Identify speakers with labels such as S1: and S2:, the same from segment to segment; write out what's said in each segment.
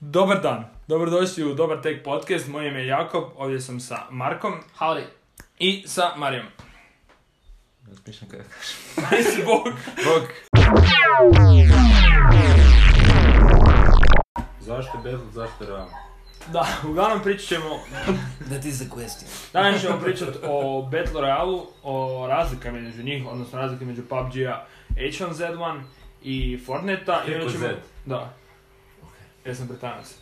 S1: Dobar dan, dobrodošli u Dobar Tek podcast, moje ime je Jakob, ovdje sam sa Markom
S2: Howdy.
S1: i sa Marijom.
S3: Razmišljam kada kažem.
S1: Bog.
S3: Bog! Zašto Bedlam, zašto Ram?
S1: Da, uglavnom pričat ćemo,
S2: That is the question.
S1: danas ćemo pričati o Battle Royale, o razlikama između njih, odnosno razlike između PUBG-a H1Z1 i Fortnite-a. i
S3: Preko
S1: onda ćemo-
S3: Z.
S1: Da. Ja sam bretanac.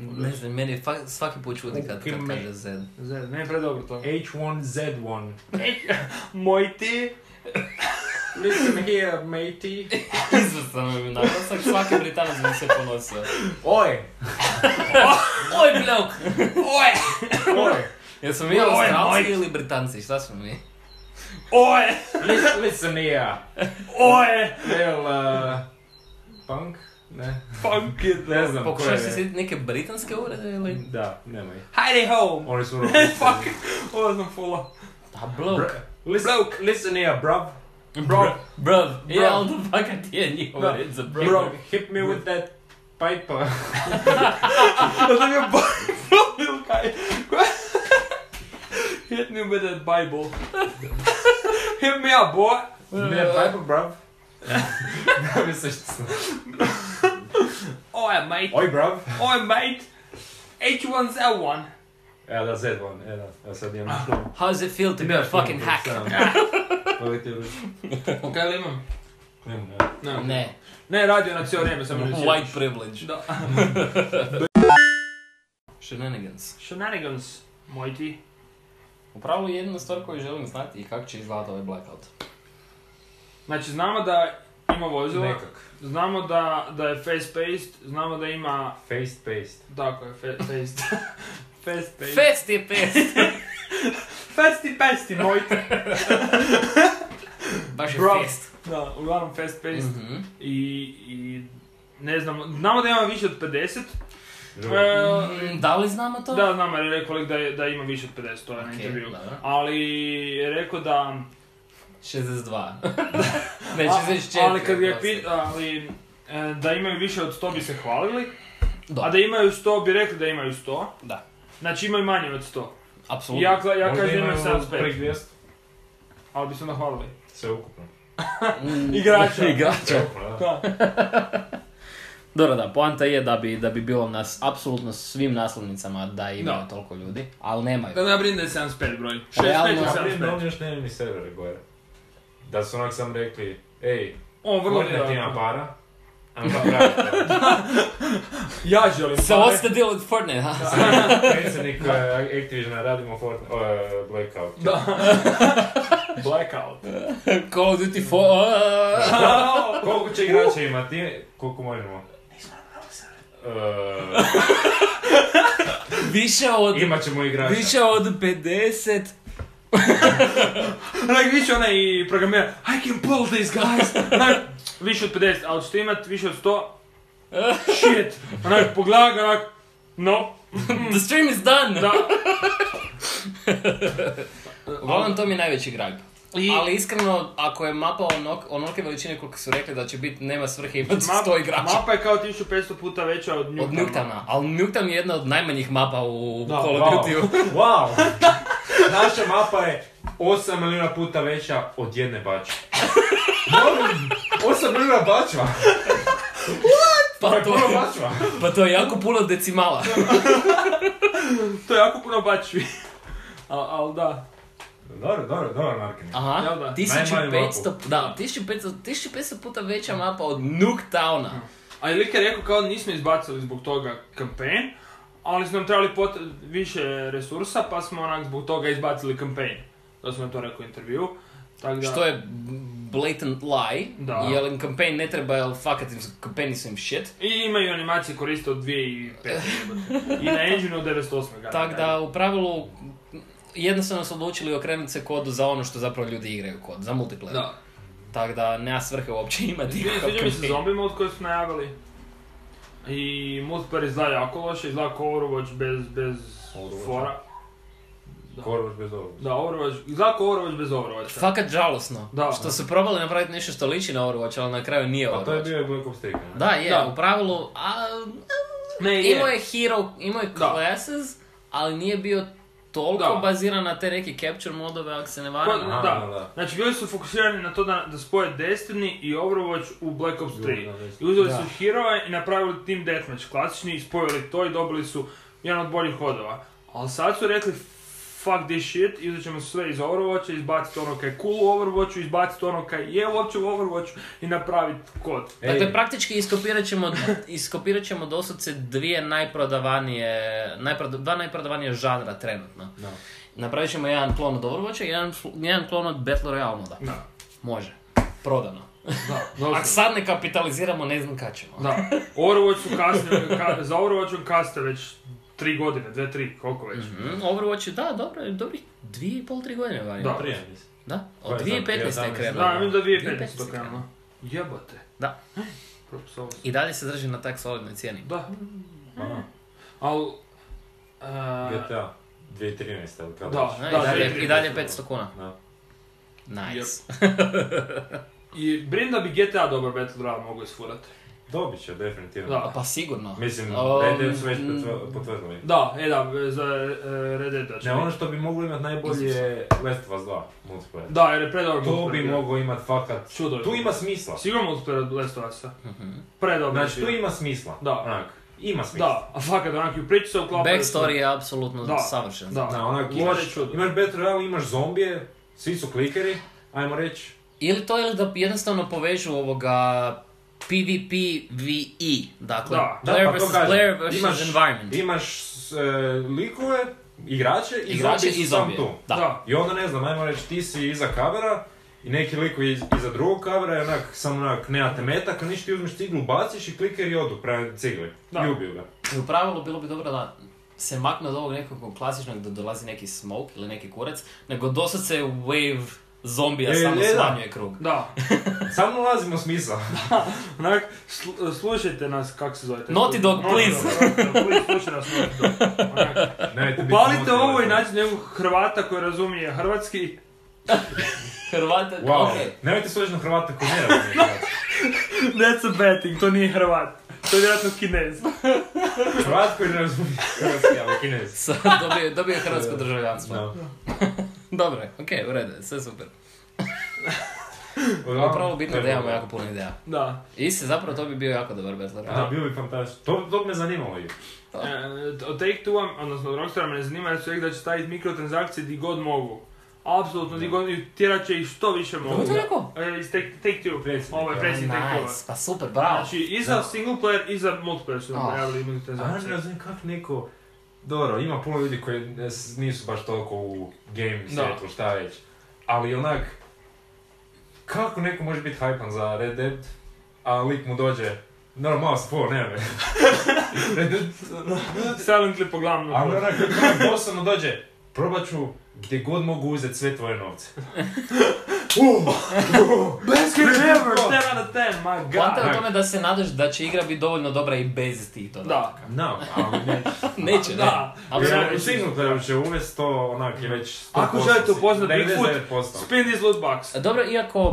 S2: Ne znam, meni je Mm-hmm. fa- svaki put čudno kad,
S1: Okej,
S2: kad
S1: me.
S2: kaže Z.
S1: Z, ne pre dobro to.
S3: E. H1Z1.
S1: Moj ti.
S3: Listen here, matey.
S2: Izvrstan mi je naglasak, svaki Britanac bi se ponosio.
S3: Oj!
S2: Oj, blok!
S1: Oje!
S3: Oj!
S2: Jesmo mi
S1: Oj,
S2: Australci
S1: moj.
S2: ili Britanci, šta smo mi?
S1: Oje!
S3: Listen, listen here.
S1: Oje!
S3: Real, uh, punk? Ne.
S1: Fuck it.
S3: Ne znam koje
S2: Pokušaš se
S3: je.
S2: sjetiti neke britanske urede ili?
S3: Da, nemoj.
S1: Hidey home!
S3: Oni su vrlo
S1: Fuck! Ovo sam fulla.
S2: Pa blok.
S3: Br- Listen, listen here, bruv.
S2: Bro, bro,
S3: Ja.
S2: ja onda fakat je njihova
S3: Da.
S2: red za bro.
S3: Bro, hit me with that pipe.
S1: Da sam je Bible ili kaj? Hit me with that Bible. Hit me up, boy!
S3: Ne, pipe, bruv. Da, misliš što sam.
S1: Oje, mate!
S3: Oj, bruv.
S1: Oje, mate! H1Z1.
S3: E, da, Z1, e, da. Ja sad imam što.
S2: How's it feel to be a fucking hack?
S3: Povijete ruč.
S1: Kaj li imam?
S3: Ne, ne.
S1: Ne.
S2: Ne,
S1: Ne, radio na cijelo vrijeme sam reći.
S2: white privilege.
S1: Da.
S2: Shenanigans.
S1: Shenanigans, moj ti.
S2: U pravilu jedina stvar koju želim znati je kako će izgledati ovaj e blackout.
S1: Znači, znamo da ima vozilo.
S3: Nekak.
S1: Znamo da, da je fast-paced. Znamo da ima...
S3: Faced, paced.
S1: Tako je, fa- fast. Fast-paced.
S2: Fest je fest!
S1: Fasti pesti, moj ti.
S2: Baš je
S1: Bro.
S2: fest.
S1: Da, uglavnom fast-paced.
S2: Mhm.
S1: i, i ne znamo, znamo da ima više od 50. E,
S2: Mm, Da li znamo to?
S1: da, znamo jer je rekao lik da, je- da ima više od 50, to je na
S2: Ok,
S1: intervju.
S2: dobro.
S1: Ali je rekao da...
S2: 62. Neće se četiri.
S1: ali kad ga je pit- ali, e, da imaju više od 100 bi se hvalili, a
S2: Da,
S1: da imaju 100 bi rekli da imaju 100.
S2: da.
S1: Znači imaju manje od 100. I
S2: Apsolutno.
S1: Ja, kla- ja
S3: Možda
S1: kažem da imaju
S3: imaju
S1: 75,
S3: 200.
S1: ali bi se onda hvalili.
S3: Sve ukupno.
S2: Mm,
S1: Igrača.
S2: Igrača.
S3: Dobro, da.
S1: Da.
S2: Dobro, da, poanta je da bi, da bi bilo nas apsolutno svim naslovnicama da ima
S1: Da.
S2: toliko ljudi, ali nemaju.
S1: Da ne brine da je 75 broj. 16
S2: Pa Realno-
S1: je
S3: Ja prije da
S1: 75.
S3: oni još nemaju ni servere gore. Da su onak sam rekli, ej,
S1: On vrlo
S3: Fortnite ima
S1: vjerojatno.
S3: para, a pa napravi to.
S1: Ja želim
S2: Se
S1: pare.
S2: osta deal od Fortnite, ha?
S3: Predsjednik eh, Activisiona radimo Fortnite, eh, Blackout.
S1: Da. Blackout.
S2: Call of Duty 4...
S3: Koliko će igrača imati? Koliko možemo? Eh,
S2: Više od...
S3: E, Imat ćemo igrača.
S2: Više od 50...
S1: Onak više onaj i programira, I can pull these guys. Onak, više od 50, ali ćete imat više od 100. Shit. Onak, pogledaj ga, onak, no,
S2: The stream is done!
S1: da.
S2: Uglavnom, to mi je najveći grag.
S1: I-
S2: Ali iskreno, ako je mapa onok, onolike veličine koliko su rekli da će biti, nema svrhe imati 100 igrača.
S1: mapa je kao 1500 puta veća od
S2: Od
S1: Newtona.
S2: Nuketana, ali Nuketown je jedna od najmanjih mapa u
S1: Da,
S2: Call of
S3: wow.
S2: Duty-u.
S3: Wow! Naša mapa je 8 milijuna puta veća od jedne bače. Molim, 8 milijuna bačva!
S2: Pa to,
S3: Puno bačva!
S2: pa to je jako puno decimala.
S1: To je jako puno bačvi. Al, al da,
S3: Dobro, dobro, dobro, Markin.
S2: Aha,
S1: Jel da?
S2: 1500, da, 1500, 1500 puta veća mapa od Nuketowna.
S1: A je lik je rekao kao nismo izbacili zbog toga kampanj, ali su nam trebali pot- više resursa, pa smo onak zbog toga izbacili kampanj. To sam nam to rekao u intervju. Tako da,
S2: Što je blatant lie,
S1: Da.
S2: jer im campaign ne treba, jer fakat im su, campaigni su im shit.
S1: I imaju animacije koriste od 2005. jebote. I na engine od 98. ga.
S2: Tako da, u pravilu, jednostavno su odlučili okrenuti se kodu za ono što zapravo ljudi igraju kod, za multiplayer.
S1: Da.
S2: Tako da, nema svrhe uopće imati.
S1: Sviđa
S2: kao
S1: sviđa mi se
S2: campaign.
S1: zombie mod koji su najavili. I multiplayer izgleda jako loše, izgleda kao Overwatch bez, bez
S3: Overwatch.
S1: fora.
S3: Korvaš bez ovog.
S1: Da, Overwatch, izgleda kao Overwatch bez Overwatcha.
S2: Fakat žalosno.
S1: Da.
S2: Što su probali napraviti nešto što liči na Overwatch, ali na kraju nije
S3: Pa to je
S2: Overwatch.
S3: bio i Black Ops 3. ne?
S2: Da, je,
S1: Da.
S2: u pravilu, a...
S1: Ne, E, je.
S2: Imao je hero, imao je
S1: Da.
S2: classes, ali nije bio toliko
S1: Da.
S2: baziran na te neke capture modove, ako se ne varam.
S1: Pa,
S3: Aha,
S1: da.
S3: da.
S1: Znači bili su fokusirani na to da, da spoje Destiny i Overwatch u Black Ops 3.
S3: da, već.
S1: I uzeli
S2: Da.
S1: su heroje i napravili Team Deathmatch klasični i spojili to i dobili su jedan od boljih hodova. Ali sad su rekli fuck this shit, izat ćemo sve iz Overwatcha, izbaciti ono kaj je cool u Overwatchu, izbaciti ono kaj je uopće u Overwatchu i napraviti kod.
S3: Ej,
S2: Dakle, praktički iskopirat ćemo, iskopirat ćemo doslovce dvije najprodavanije, najproda, dva najprodavanije žanra trenutno.
S3: da.
S2: Napravit ćemo jedan klon od Overwatcha i jedan, fl- jedan klon od Battle Royale moda.
S1: Da.
S2: Može. Prodano.
S1: Da,
S2: Ako sad ne kapitaliziramo, ne znam kad ćemo.
S1: Da, Overwatch su kasne, ka, za Overwatchom kasne već tri godine, dve, tri, koliko već.
S2: Mhm, Overwatch je, da, dobro, je dobrih dvije i pol, tri godine vani.
S1: Da.
S3: Prije, mislim.
S2: Da,
S3: Koje
S2: od
S3: je
S2: 2015. je
S3: 2011.
S2: krenuo.
S1: Da, mislim da je 2015 to
S2: 2015
S1: krenulo. Jebate.
S2: Da.
S1: Propisao sam.
S2: I dalje se drži na tak solidnoj cijeni.
S1: Da,
S2: Mm.
S3: Aha,
S1: ali... e,
S3: GTA. 2013. ili kada
S1: Da.
S3: već.
S2: Da, i,
S1: Da,
S2: dalje,
S1: je
S2: I dalje 500 kuna.
S3: Da.
S2: Nice.
S1: I brim da bi GTA dobar Battle Royale mogu isfurat.
S3: Dobit će, definitivno.
S1: Da.
S2: Pa sigurno.
S3: Mislim,
S2: Um,
S3: Red Dead su već
S2: mm,
S3: potvrd- potvrdili.
S1: Da, e da, za e, Red Dead da će
S3: Ne, ono
S1: biti.
S3: što bi moglo imat najbolje je Last of Us 2 multiplayer.
S1: Da, jer je predobar
S3: To
S1: multiplayer
S3: bi
S1: bio.
S3: moglo imat fakat...
S1: Čudo je.
S3: Tu ima smisla.
S1: Sigurno multiplayer od Last of Usa.
S2: mhm.
S1: Predobar je
S3: Znači, tu
S1: bio.
S3: ima smisla.
S1: Da.
S3: Onak, ima smisla.
S1: Da, a fakat onak i u priči se uklapa.
S2: Backstory je apsolutno
S1: Da.
S2: savršen.
S1: Da.
S3: Da, onak,
S1: Gore
S3: imaš,
S1: čudo.
S3: imaš Battle Royale, imaš zombije, svi su klikeri, ajmo reći.
S2: Ili to ili da jednostavno povežu ovoga PvP VE, dakle
S1: Da,
S3: Da,
S2: player
S3: pa to
S2: versus
S3: kažem.
S2: player versus
S3: Imaš-
S2: environment.
S3: Imaš s- e, likove, igrače i
S2: Igrače
S3: zombiji
S2: i
S3: su sam
S2: zombije.
S3: tu.
S1: Da.
S2: Da.
S1: da.
S3: I onda ne znam, ajmo reći, ti si iza kavera i neki lik koji je iz- iza drugog kavera je onak, samo onak, nemate metaka, ništa ti uzmeš ciglu, baciš i klikeri odu prema cigli.
S1: Da.
S3: I ubiju ga.
S2: I u pravilu bilo bi dobro da se makne od ovog nekog klasičnog da dolazi neki smoke ili neki kurac, nego dosad se wave zombija
S3: E,
S2: samo
S3: je, da.
S2: smanjuje krug.
S3: Samo ulazimo u smisao.
S1: Onak, slu- slušajte nas, kak se zovete?
S2: Naughty Dog, please.
S1: Naughty Dog, please, slušaj nas Naughty Dog. Onak,
S3: Nemojte biti
S1: Upalite
S3: motivirani.
S1: ovo i nađite nekog Hrvata koji razumije hrvatski.
S2: Hrvata,
S3: Wow,
S2: okej.
S3: nemojte slušati na Hrvata koji ne razumije igrač.
S1: That's a bad thing, to nije Hrvat. To je vjerojatno Kinez.
S3: Hrvat koji ne razumije hrvatski, ali kinez.
S2: Sad dobio, dobio je hrvatsko državljanstvo.
S3: No.
S2: Dobro je, okej, u redu je, sve super.
S3: Uglavnom,
S2: Upravo bitno
S3: to je
S2: da imamo
S3: bilo.
S2: jako puno ideja.
S1: Da.
S2: I se zapravo to bi bio jako dobar battle royale.
S3: Da, bio bi fantastično. To, to bi me zanimalo i.
S1: E, od Take Two, odnosno od Rockstara me ne zanima jer su rekli da će staviti mikrotransakcije di god mogu. Apsolutno, di god i tjerat će ih što više mogu.
S2: Kako je to rekao?
S1: E, iz Take, take Two,
S3: Predsjednik,
S1: ovo je
S3: ja.
S1: predsjednik Take
S2: Nice,
S1: Two.
S2: pa super, bravo.
S1: Znači, i za single player i za multiplayer su
S2: Ah.
S1: napravili
S3: A ne
S1: mikrotransakcije.
S3: razumijem kako neko... Dobro, ima puno ljudi koji ne- s- nisu baš toliko u game
S1: Da.
S3: svijetu, šta već. Ali onak... Kako neko može biti hypan za Red Dead, a lik mu dođe... Naravno, malo se polo, nema me. Red Dead...
S1: Silently po glavnom.
S3: Ali onak, onak doslovno dođe... Probat ću gdje god mogu uzeti sve tvoje novce. Uh,
S1: Best game ever! 10 out of 10, my
S2: Poanta je
S1: god!
S2: u tome da se nadaš da će igra biti dovoljno dobra i bez tih dodataka.
S1: Da.
S3: no, ali neće.
S2: Neće,
S1: Da.
S2: ne.
S3: Ali
S2: Apsolutno.
S1: Ja-
S3: u single playeru će uvest to onak je već 100%.
S1: Ako želite upoznat Bigfoot,
S3: 99%.
S1: Spin these loot box.
S2: Dobro, iako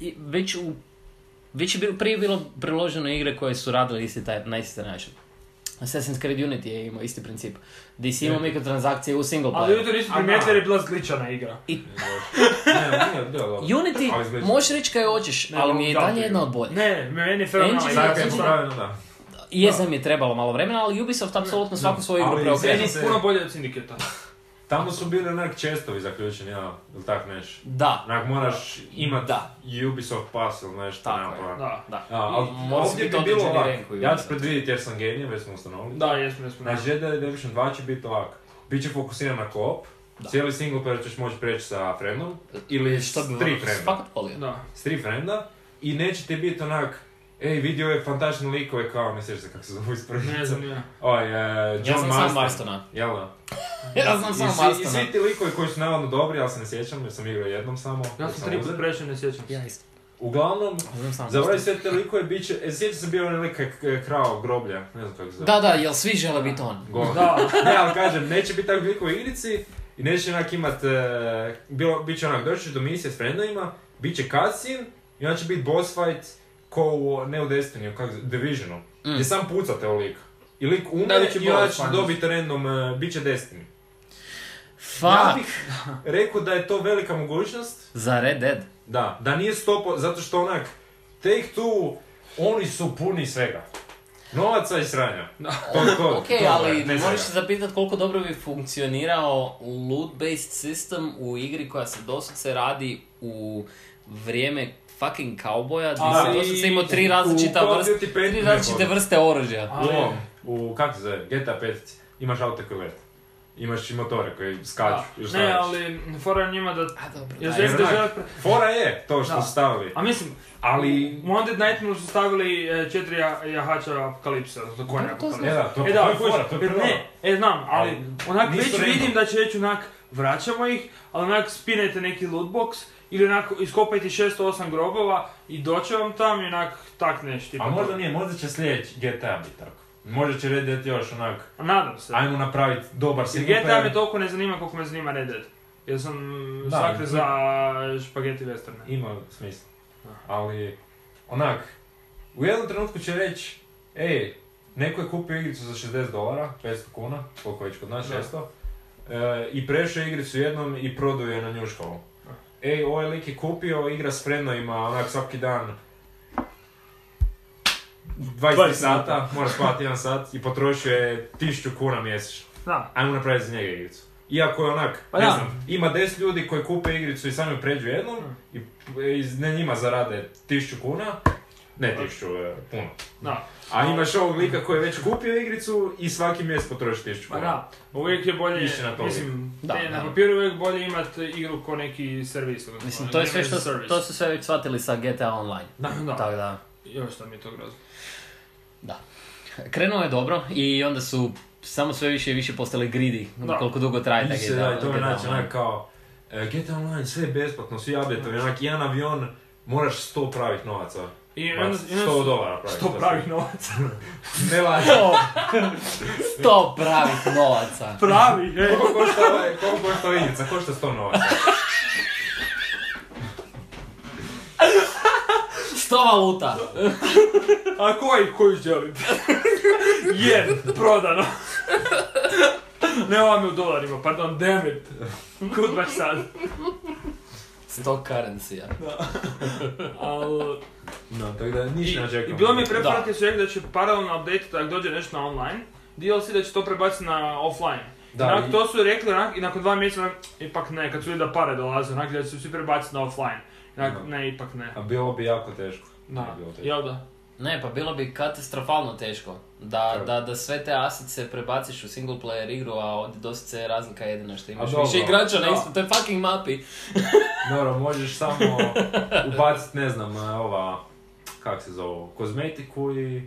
S2: i- već u... Već je bilo, prije bilo priloženo igre koje su radile isti taj, na isti taj način. Assassin's Creed Unity je imao isti princip. Di si imao mikrotransakcije u single
S1: Ali
S2: player.
S1: ljudi nisu
S3: A, da.
S1: primijetili jer je bila zgličana igra.
S3: Ne, nije bilo dobro.
S2: Unity,
S3: Ali izgleda-
S2: možeš reći kaj hoćeš,
S1: Ne,
S2: ali
S1: mogu
S2: mi je i
S1: dati.
S2: dalje jedna od boljih.
S1: Ne, meni je fenomenalna
S2: Engine-
S1: igra.
S3: Tako je, pravilno da.
S2: I Jezam je trebalo malo vremena, ali Ubisoft apsolutno svaku svoju igru
S3: ali
S2: preokrenu.
S1: Meni je
S3: se-
S1: puno bolje od sindiketa.
S3: Tamo su bili onak čestovi zaključeni, ja, ili tak neš.
S2: Da,
S3: Onak moraš imat
S2: Da.
S3: Ubisoft pass ili nešto,
S2: Tako
S3: nema
S2: je,
S3: pojma.
S1: Da.
S2: da.
S3: A, ali
S2: Mora
S3: ovdje
S2: biti
S3: bi bilo
S2: određeni
S3: ovak,
S2: rank u
S3: ja ću
S2: Ubisoftu.
S3: predvidjeti jer sam genije, već smo ustanovili.
S1: Da, jesmo, jesmo.
S3: Znači, Red Dead Redemption 2 će biti ovak. Biće fokusiran na koop,
S2: Da.
S3: cijeli single player ćeš moći preći sa friendom, ili
S2: Što bi
S3: s
S2: vrlo
S3: tri frenda.
S2: fakat volio.
S1: Da.
S3: s tri frenda i neće ti biti onak Ej, vidio je fantastične likove kao, ne sjećam se kako se zove iz prve.
S1: Ne znam, ja.
S3: Oj, e, John
S2: Ja sam sam
S3: Marston.
S2: Marstona.
S3: Jel da?
S2: Ja
S3: I,
S2: sam sam
S3: svi- I
S2: Marstona.
S3: svi ti likovi koji su navodno dobri, ja se ne sjećam jer sam igrao jednom samo.
S1: Ja
S3: jer
S1: sam tri
S3: uzeo.
S1: puta prešao, ne sjećam se.
S2: Ja isto.
S3: Uglavnom,
S2: Ja znam sam
S3: za ovaj
S2: Marstona.
S3: sve te likove bit će, e, sjećam se bio onaj lik kak- k- krao groblja, ne znam kako se zove.
S2: Da, da, jel svi žele biti on?
S3: Go.
S1: Da,
S3: ne, ali kažem, neće biti takvih likova u igrici i neće onak imat, e, bilo, bit će onak, doći ćeš do misije s frendovima, bit će cutscene i onda će biti boss fight ko u, ne u Destiny, kako, Divisionu,
S2: Mm.
S3: gdje sam pucate u lika. I I lik
S1: Da, ovaj
S3: umre
S1: ne,
S3: će
S1: ja
S3: bolest,
S1: ću
S3: će dobiti random, uh, bit će Destiny. Ja
S2: Fuck!
S3: bih rekao da je to velika mogućnost,
S2: Za Red Dead.
S3: da, da nije stopo, zato što onak, Take Two, oni su puni svega. Novaca i sranja. To, to,
S2: Ok,
S3: to,
S2: ali
S3: ne
S2: moraš se
S3: svega.
S2: zapitati koliko dobro bi funkcionirao loot-based system u igri koja se doslovce radi u vrijeme fucking kauboja, gdje
S3: Ali
S2: se doslovce imao tri
S3: u
S2: različita
S3: Call of
S2: vrste,
S3: Duty pet
S2: tri
S3: ne
S2: različite
S3: hoda.
S2: vrste oružja.
S3: U ovom, u, kako se zove, GTA 5, imaš auto koji lete. Imaš i motore koji skaču. i šta
S1: Ne,
S3: već.
S1: ali fora je njima da...
S2: A dobro,
S1: Ja
S2: da,
S1: znam
S3: jer
S1: da
S3: onak-
S1: žele... pre-
S3: Fora je to što
S1: Da.
S3: su stavili,
S1: A mislim,
S3: ali...
S1: u Wanted Nightmare su stavili e, četiri ja- jahača apokalipsa, odnosno konja
S2: Dobro, to
S1: apokalipsa.
S3: E da, to,
S1: E
S3: to
S1: da,
S3: je fora, to je
S1: jer
S3: prvo.
S1: ne, e znam, ali
S3: Ali
S1: onak
S3: nisu
S1: već
S3: random.
S1: vidim da će reći onak, vraćamo ih, ali onak spinajte neki lootbox ili onako iskopajte 608 grobova i doće vam tam i onak tak nešto. tipa
S3: A možda
S1: to.
S3: nije, možda će sljedeći GTA biti tako. Možda će Red Dead još onak,
S1: Nadam se.
S3: ajmo napraviti dobar
S1: Jer
S3: single
S1: GTA me toliko ne zanima koliko me zanima Red Dead. Jer sam
S3: Da,
S1: sakre
S3: i-
S1: za špageti westerne.
S3: Ima smisla.
S1: Da.
S3: Ali, onak, u jednom trenutku će reći, ej, neko je kupio igricu za 60 dolara, 500 kuna, koliko već kod nas
S1: Da.
S3: često, e, i prešao je igricu jednom i prodao je na njuškavu.
S1: Da.
S3: Ej, ovaj lik je kupio, igra s frendovima, onak svaki dan 23 sata, mora spavati jedan sat i potrošio je 1000 kuna mjesečno.
S1: Da.
S3: Ajmo napraviti za njega igricu. Iako je onak,
S1: Pa
S3: ne
S1: da.
S3: znam, ima 10 ljudi koji kupe igricu i sami pređu jednom
S1: Hmm.
S3: i iz, ne njima zarade 1000 kuna, ne 1000 e, puno.
S1: Da.
S3: A imaš ovog lika koji je već kupio igricu i svaki mjesec potroši 1000
S1: Pa
S3: kuna.
S1: da, uvijek je bolje,
S3: Više na to
S1: mislim,
S2: Da,
S1: ne, na
S2: da.
S1: papiru uvijek bolje imat igru ko neki servis. odnosno
S2: Mislim, to je sve
S1: game
S2: što,
S1: as a service.
S2: to su sve već shvatili sa GTA Online.
S1: Da, da.
S2: Tako da,
S1: Još sam mi je to grozno.
S2: krenulo je dobro i onda su samo sve više i više postali gridi, ono,
S1: Da.
S2: koliko dugo traje ta
S3: I se
S2: GTA,
S3: da, i to me
S2: GTA
S3: znači
S2: Online.
S3: onak kao, e, GTA Online sve je besplatno, svi update-ovi,
S1: Znači.
S3: onak jedan avion, moraš 100 pravih novaca.
S1: I
S3: Ba,
S1: onda, i onda
S3: 100 dolara pravih.
S1: Sto pravih novaca.
S3: Ne laži.
S2: Sto- Sto pravih novaca.
S1: Pravi, e, ej.
S3: Koliko košta, ovaj- koliko košta ova igrica? Košta 100 novaca.
S2: Sto valuta.
S1: A koji, koju želite? Jen, prodano. Ne, ova mi u dolarima, pardon, damn it. Kud baš sad.
S2: Sto currency-a.
S1: Al,
S3: No, tako da
S1: I,
S3: ništa ne
S1: I
S3: očekujem.
S1: bilo mi je preporuke su rekli da će paralelno update da ako dođe nešto na online, DLC da će to prebaciti na offline.
S3: Da,
S1: Da, onak,
S3: i-
S1: to su rekli onak, i nakon dva mjeseca, onak, ipak ne, kad su vidjeli da pare dolaze, onak da će se svi prebaciti na offline. Onak,
S3: Da.
S1: ne, ipak ne.
S3: A bilo bi jako teško.
S1: Da,
S3: Bilo teško.
S1: jel da?
S2: Ne, pa bilo bi katastrofalno teško da,
S3: Tako.
S2: da, da sve te asice prebaciš u single player igru, a ovdje doslovce je razlika jedina što imaš
S3: A dobro.
S2: više igrača na
S1: Da.
S2: istom, to je fucking mapi.
S3: Dobro, možeš samo ubacit, ne znam, ova, kak se zove, kozmetiku i...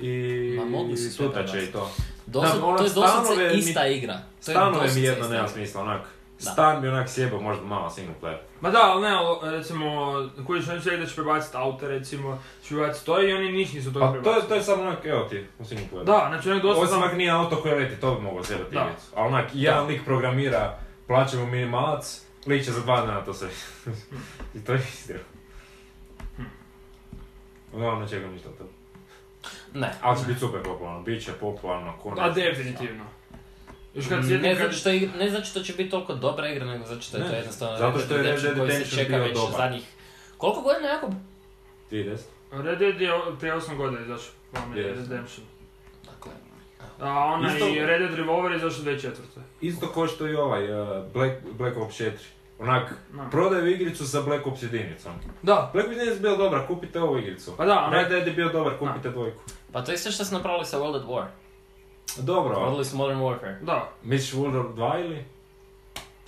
S3: I
S2: Ma, mogli su sve
S3: tutače
S2: prebacit.
S3: i to.
S2: Doslovce,
S3: Da, ono,
S2: to je
S3: stanove
S2: doslovce
S3: mi-
S2: ista igra. To je
S3: Stanove mi
S2: doslovce
S3: jedno
S2: ista
S3: nema
S2: igra.
S3: smisla, onak.
S2: Da.
S3: Stan bi onak sjebao možda malo single player.
S1: Ma da, ali ne, ali, recimo, koji su oni su rekli da će prebaciti auta, recimo, će prebaciti to i oni ništa nisu od toga
S3: Pa to je,
S1: prebacili.
S3: to je samo onak, evo ti, u single player.
S1: Da, znači onak doslovno...
S3: Osim ako nije auto koje leti, to bi mogao sjebati
S1: Da.
S3: igricu. A onak, jedan lik programira, plaća mu minimalac, lik će za dva dana to sve. I to je istiro.
S1: Hm.
S3: Uglavnom ne čekam ništa od toga.
S2: Ne.
S3: Ali će biti super popularno, bit će popularno, ko ne
S1: Da,
S3: zna.
S1: definitivno. Još kad
S2: Ne
S1: sjedim kad...
S2: zato, što igra, ne zato što će biti toliko dobra igra, nego zato što je
S3: Ne,
S2: to jednostavno
S3: zato što je
S2: Red Dead
S3: Red Dead
S2: koji se
S3: Redemption
S2: čeka
S3: bio
S2: već
S3: dobar.
S2: zadnjih... Koliko godina jako...
S3: 30.
S1: Red Dead je prije 8 godina izašao, One
S3: Yes.
S1: Redemption.
S2: Dakle,
S1: A onaj
S3: Isto-
S1: Red Dead Revolver je izašao 2004.
S3: Isto ko što i ovaj uh, Black, Black Ops 4. Onak,
S1: No.
S3: prodaju igricu sa Black Ops jedinicom.
S1: Da.
S3: Black Ops jedinica je bila dobra, kupite ovu igricu.
S1: Pa da,
S3: Red
S1: onaj...
S3: Dead je bio dobar, kupite dvojku.
S2: pa to je sve što su napravili sa World at War.
S3: Dobro, ali
S2: Prodali su Modern Warfare.
S1: Da.
S3: misliš World War 2 ili?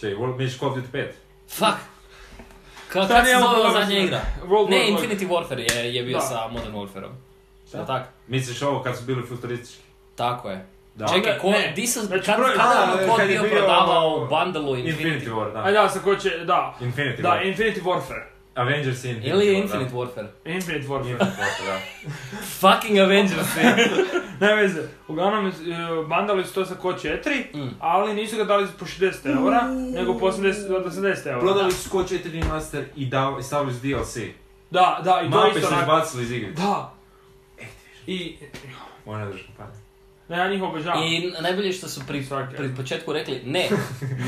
S3: Čekaj, World, misliš Call of Duty 5?
S2: Fuck! Ka,
S1: Šta
S2: kak se
S1: nije ovo
S2: zvala
S1: dobro
S2: zadnja
S1: sve?
S2: igra?
S1: World
S2: Ne,
S1: War II.
S2: Infinity Warfare je, je bio
S1: Da.
S2: sa Modern Warfareom.
S3: Šta?
S2: Da. Tak,
S3: Misliš ovo kad su bili futuristički?
S2: tako je.
S3: Da.
S2: Čekaj,
S1: Onda-
S2: ko,
S1: ne.
S2: di su,
S1: Znači,
S2: kad,
S1: broj-
S2: kada
S3: da,
S2: nam kod
S3: kad je
S2: bio
S3: bio-
S2: prodavao u bundlu
S3: Infinity
S2: Infinity?
S3: War, da.
S1: A da, sa ko će... Da.
S3: Infinity
S1: Da,
S3: War.
S1: Infinity Warfare.
S3: Avengers i Infinity
S2: Ili je
S3: War, da.
S2: Infinite Warfare?
S1: Infinite Warfare.
S3: Infinite War, da.
S2: Fucking Avengers!
S1: Ne veze. Uglavnom, e, bandali su to sa ko 4,
S2: Mm.
S1: ali nisu ga dali po 60 eura, nego po 80, od 80 eura.
S3: Prodali su Squad 4 remaster i, dao, i stavili su DLC.
S1: Da, da, i to je
S3: Mape
S1: isto
S3: su
S1: onako...
S3: izbacili iz igre.
S1: Da. I...
S3: Ona je država.
S1: Ne, ja njih obožavam.
S2: I najbolje je što su pri,
S1: Svaki.
S2: pri početku rekli, ne,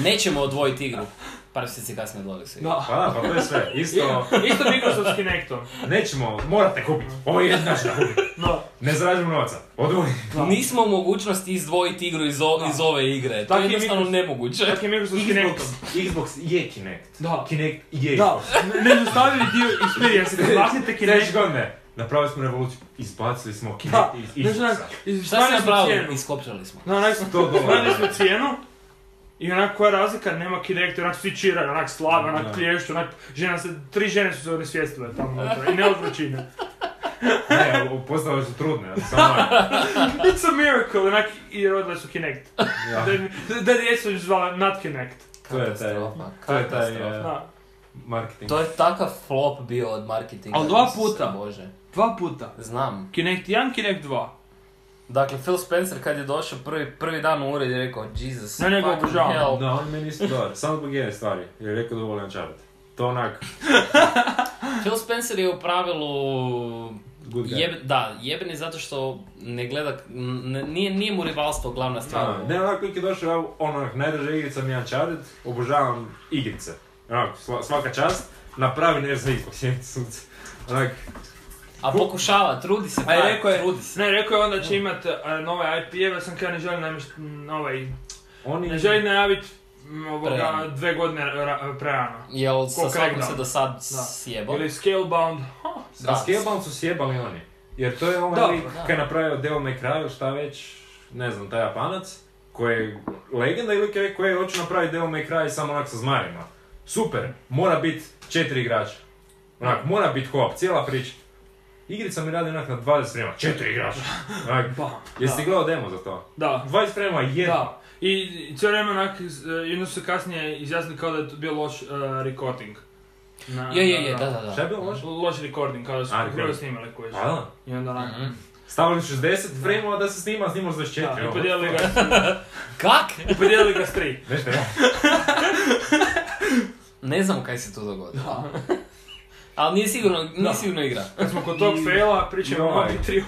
S2: nećemo odvojiti igru. Par mjeseci kasnije odvojili se igru.
S1: Da.
S3: Pa da, pa to je sve. Isto,
S1: Isto Microsoft s Kinectom.
S3: nećemo, morate kupiti. Ovo je jedna što kupiti.
S1: No.
S3: Ne zarađujem novca. Odvoj.
S2: Nismo u mogućnosti izdvojiti igru iz, o- iz ove igre. To
S1: Tako
S2: je
S1: i mi-
S2: jednostavno nemoguće.
S1: Tako je Microsoft s
S3: Xbox,
S1: Kinectom.
S3: Xbox je Kinect.
S1: Da.
S3: Kinect je
S1: Da,
S3: Xbox.
S1: ne- nezostavljivi dio experience, da vlastite
S3: Treći
S1: Kinect.
S3: godine. Napravili smo revoluciju. Izbacili smo Kinect
S1: Da,
S3: iz
S1: ne znam,
S3: Xboxa.
S2: Šta
S1: izvali
S2: se
S1: smo
S2: napravili?
S1: cijenu.
S2: Iskopčali smo.
S1: Da, onak smo
S3: 100 dolara.
S1: Znali smo cijenu i onako koja je razlika, nema Kinect, onak svi čiraju, onak slave,
S3: Da.
S1: onak klješću, onak žena se, tri žene su se onesvijestile tamo unutra i ne od vrućine.
S3: Ne, postale su trudne. Samo je.
S1: It's a miracle, onak i rodile su Kinect.
S3: Ja.
S1: Da- Da djecu ju zvala not Kinect.
S3: To je taj-
S2: Katastrofa,
S3: to je taj,
S2: katastrofa.
S3: e,
S1: Da.
S3: Marketing.
S2: To je takav flop bio od marketinga.
S1: Al dva
S2: Isuse
S1: puta.
S2: Bože.
S1: Dva puta.
S2: Znam.
S1: Kinect 1, Kinect 2.
S2: Dakle, Phil Spencer kad je došao prvi, prvi dan u ured je rekao Jesus
S1: Ja njega
S2: fucking
S1: obožavam.
S2: hell.
S3: Da, on je meni isto dobar. Samo zbog jedne stvari. Jer je rekao da voli Uncharted. To onak,
S2: Phil Spencer je u pravilu
S3: good guy.
S2: Jebe, da, jeben je zato što ne gleda, n- n- nije, nije mu rivalstvo glavna stvar.
S3: Da, ne, onako lik je došao, ja, ono, onak, najdraža igrica mi je Uncharted, obožavam igrice. Onako, sva- svaka čast, napravi nešto za Xbox, jebite sunce. Onak,
S2: A pokušava, trudi se,
S1: A je
S2: da,
S1: rekao je-
S2: trudi se.
S1: Ne, rekao je onda će imat e, nove IP-eve, sam kao ne želim namješt, m, ovaj,
S3: oni...
S1: ne želim najavit m, ovoga
S2: Prerano.
S1: dve godine ra- prerano.
S2: Jel sa
S1: Ko
S2: svakom
S1: Crackdown.
S2: se do sad
S1: Da.
S2: sjebao?
S1: Ili Scalebound. Ha,
S3: Da, Scalebound su sjebali oni. Jer to je
S1: Dobro,
S3: onaj lik
S2: da.
S3: kad je napravio Devil May Cry ili šta već, ne znam, taj Japanac, koji je legenda ili koji je koji je hoće napraviti Devil May Cry samo onak sa zmarima. Super, mora biti četiri igrača. Onak, mora biti koop, cijela priča. Igrica mi radi onak na 20 frema, četiri igrača. Onak,
S1: Bam.
S3: jesi ti
S1: Da.
S3: gledao demo za to?
S1: Da.
S3: 20 frema je.
S1: Da. I cijelo vrijeme onak, iz- e, jedno su kasnije izjasnili kao da je to bio loš e, recording. Na-
S2: Je, je, je, da, da, da.
S3: Šta je bilo loše?
S1: Loš recording, kao da su
S3: A,
S1: krivo
S3: recording.
S1: snimali koji
S3: Pa da.
S1: I onda onak.
S2: Mhm.
S3: Stavili 60 frema da se snima, snimao s 24.
S1: Da,
S3: evo.
S1: I podijelili ga,
S2: Kak?
S1: i podijelili ga s tri.
S3: Nešto je.
S2: Ne znam kaj se tu dogodilo. Ali nije sigurno, nije
S1: Da.
S2: sigurno igra.
S1: Kad smo kod tog faila, pričamo
S3: I
S1: o
S3: ovaj.
S1: novi triju.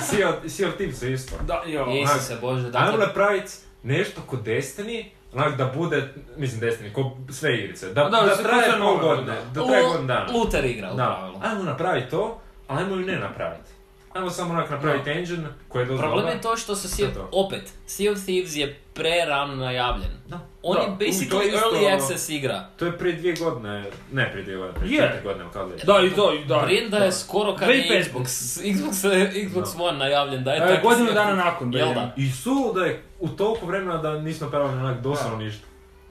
S3: Sea of- Sea of Thieves je isto.
S1: Da, i ovo.
S3: Jesu.
S2: Isuse Bože,
S3: Ajmo
S2: dakle,
S3: napraviti nešto kod Destiny, onak da bude, mislim Destiny, ko sve igrice, da,
S1: Da,
S3: da,
S1: da se
S3: traje
S1: posle
S3: pol
S1: nove
S3: godine,
S1: godine.
S3: da traje
S2: Lu-
S3: godinu dana.
S2: Luther igra u
S3: Da,
S2: pravilu.
S3: ajmo napraviti to, ali ajmo ju ne napraviti. Ajmo samo onak napraviti engine koji je dosta
S2: Problem
S3: dobar.
S2: je to što su
S3: Šta
S2: Sea,
S3: je to?
S2: opet, Sea of Thieves je prerano najavljen.
S3: Da.
S2: On je
S1: Da.
S3: U, to
S2: basically
S3: je isto-
S2: early access igra.
S3: To je prije dvije godine, ne prije dvije godine, prije
S1: Je.
S3: četiri godine, kao da je.
S1: Da, i to, i da.
S2: Premda je skoro kad je
S1: 2015.
S2: Xbox, Xbox, Xbox One najavljen da je
S1: E,
S2: tako
S1: godinu
S2: sve-
S1: dana nakon, da
S2: Jel
S1: je.
S2: da?
S3: I su da je u toliko vremena da nismo napravili onak doslovno ništa.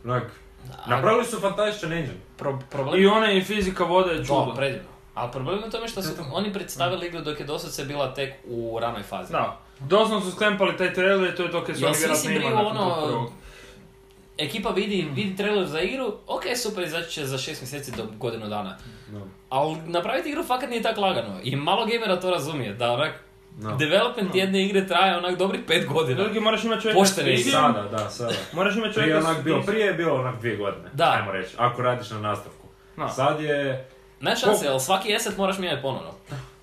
S3: Onak,
S2: Da,
S3: napravili su fantastičan engine.
S2: Pro, problem
S1: I ona je fizika voda je
S2: Da,
S1: čudo.
S2: predivno. Ali problem je u tome što su oni predstavili igru dok je doslovce bila tek u ranoj fazi.
S1: Da. Doslovno su sklempali taj trailer i to je to kaj su
S2: Jel
S1: oni
S2: si
S1: vjerojatno
S2: si
S1: imali
S2: bio
S1: nakon
S2: ono-
S1: tog prvog.
S2: Ekipa vidi,
S1: Mm.
S2: vidi trailer za igru, ok, super, izaći će za 6 mjeseci do godinu dana.
S3: No.
S2: Ali napraviti igru fakat nije tak lagano. I malo gamera to razumije, da onak,
S3: No.
S2: development jedne igre traje onak dobrih 5 godina.
S1: Drugi, moraš imati čovjeka
S2: Poštene
S1: s
S2: igre.
S1: vizijom,
S3: Sada, da, sada.
S1: Moraš imati
S3: Prije je
S1: čovjeka s
S3: onak bilo,
S1: vizijom.
S3: prije je bilo onak dvije godine,
S2: Da.
S3: ajmo reći, ako radiš na nastavku.
S1: Da.
S3: Sad je,
S2: Znaš šanse, ali svaki asset moraš mijenjati ponovno.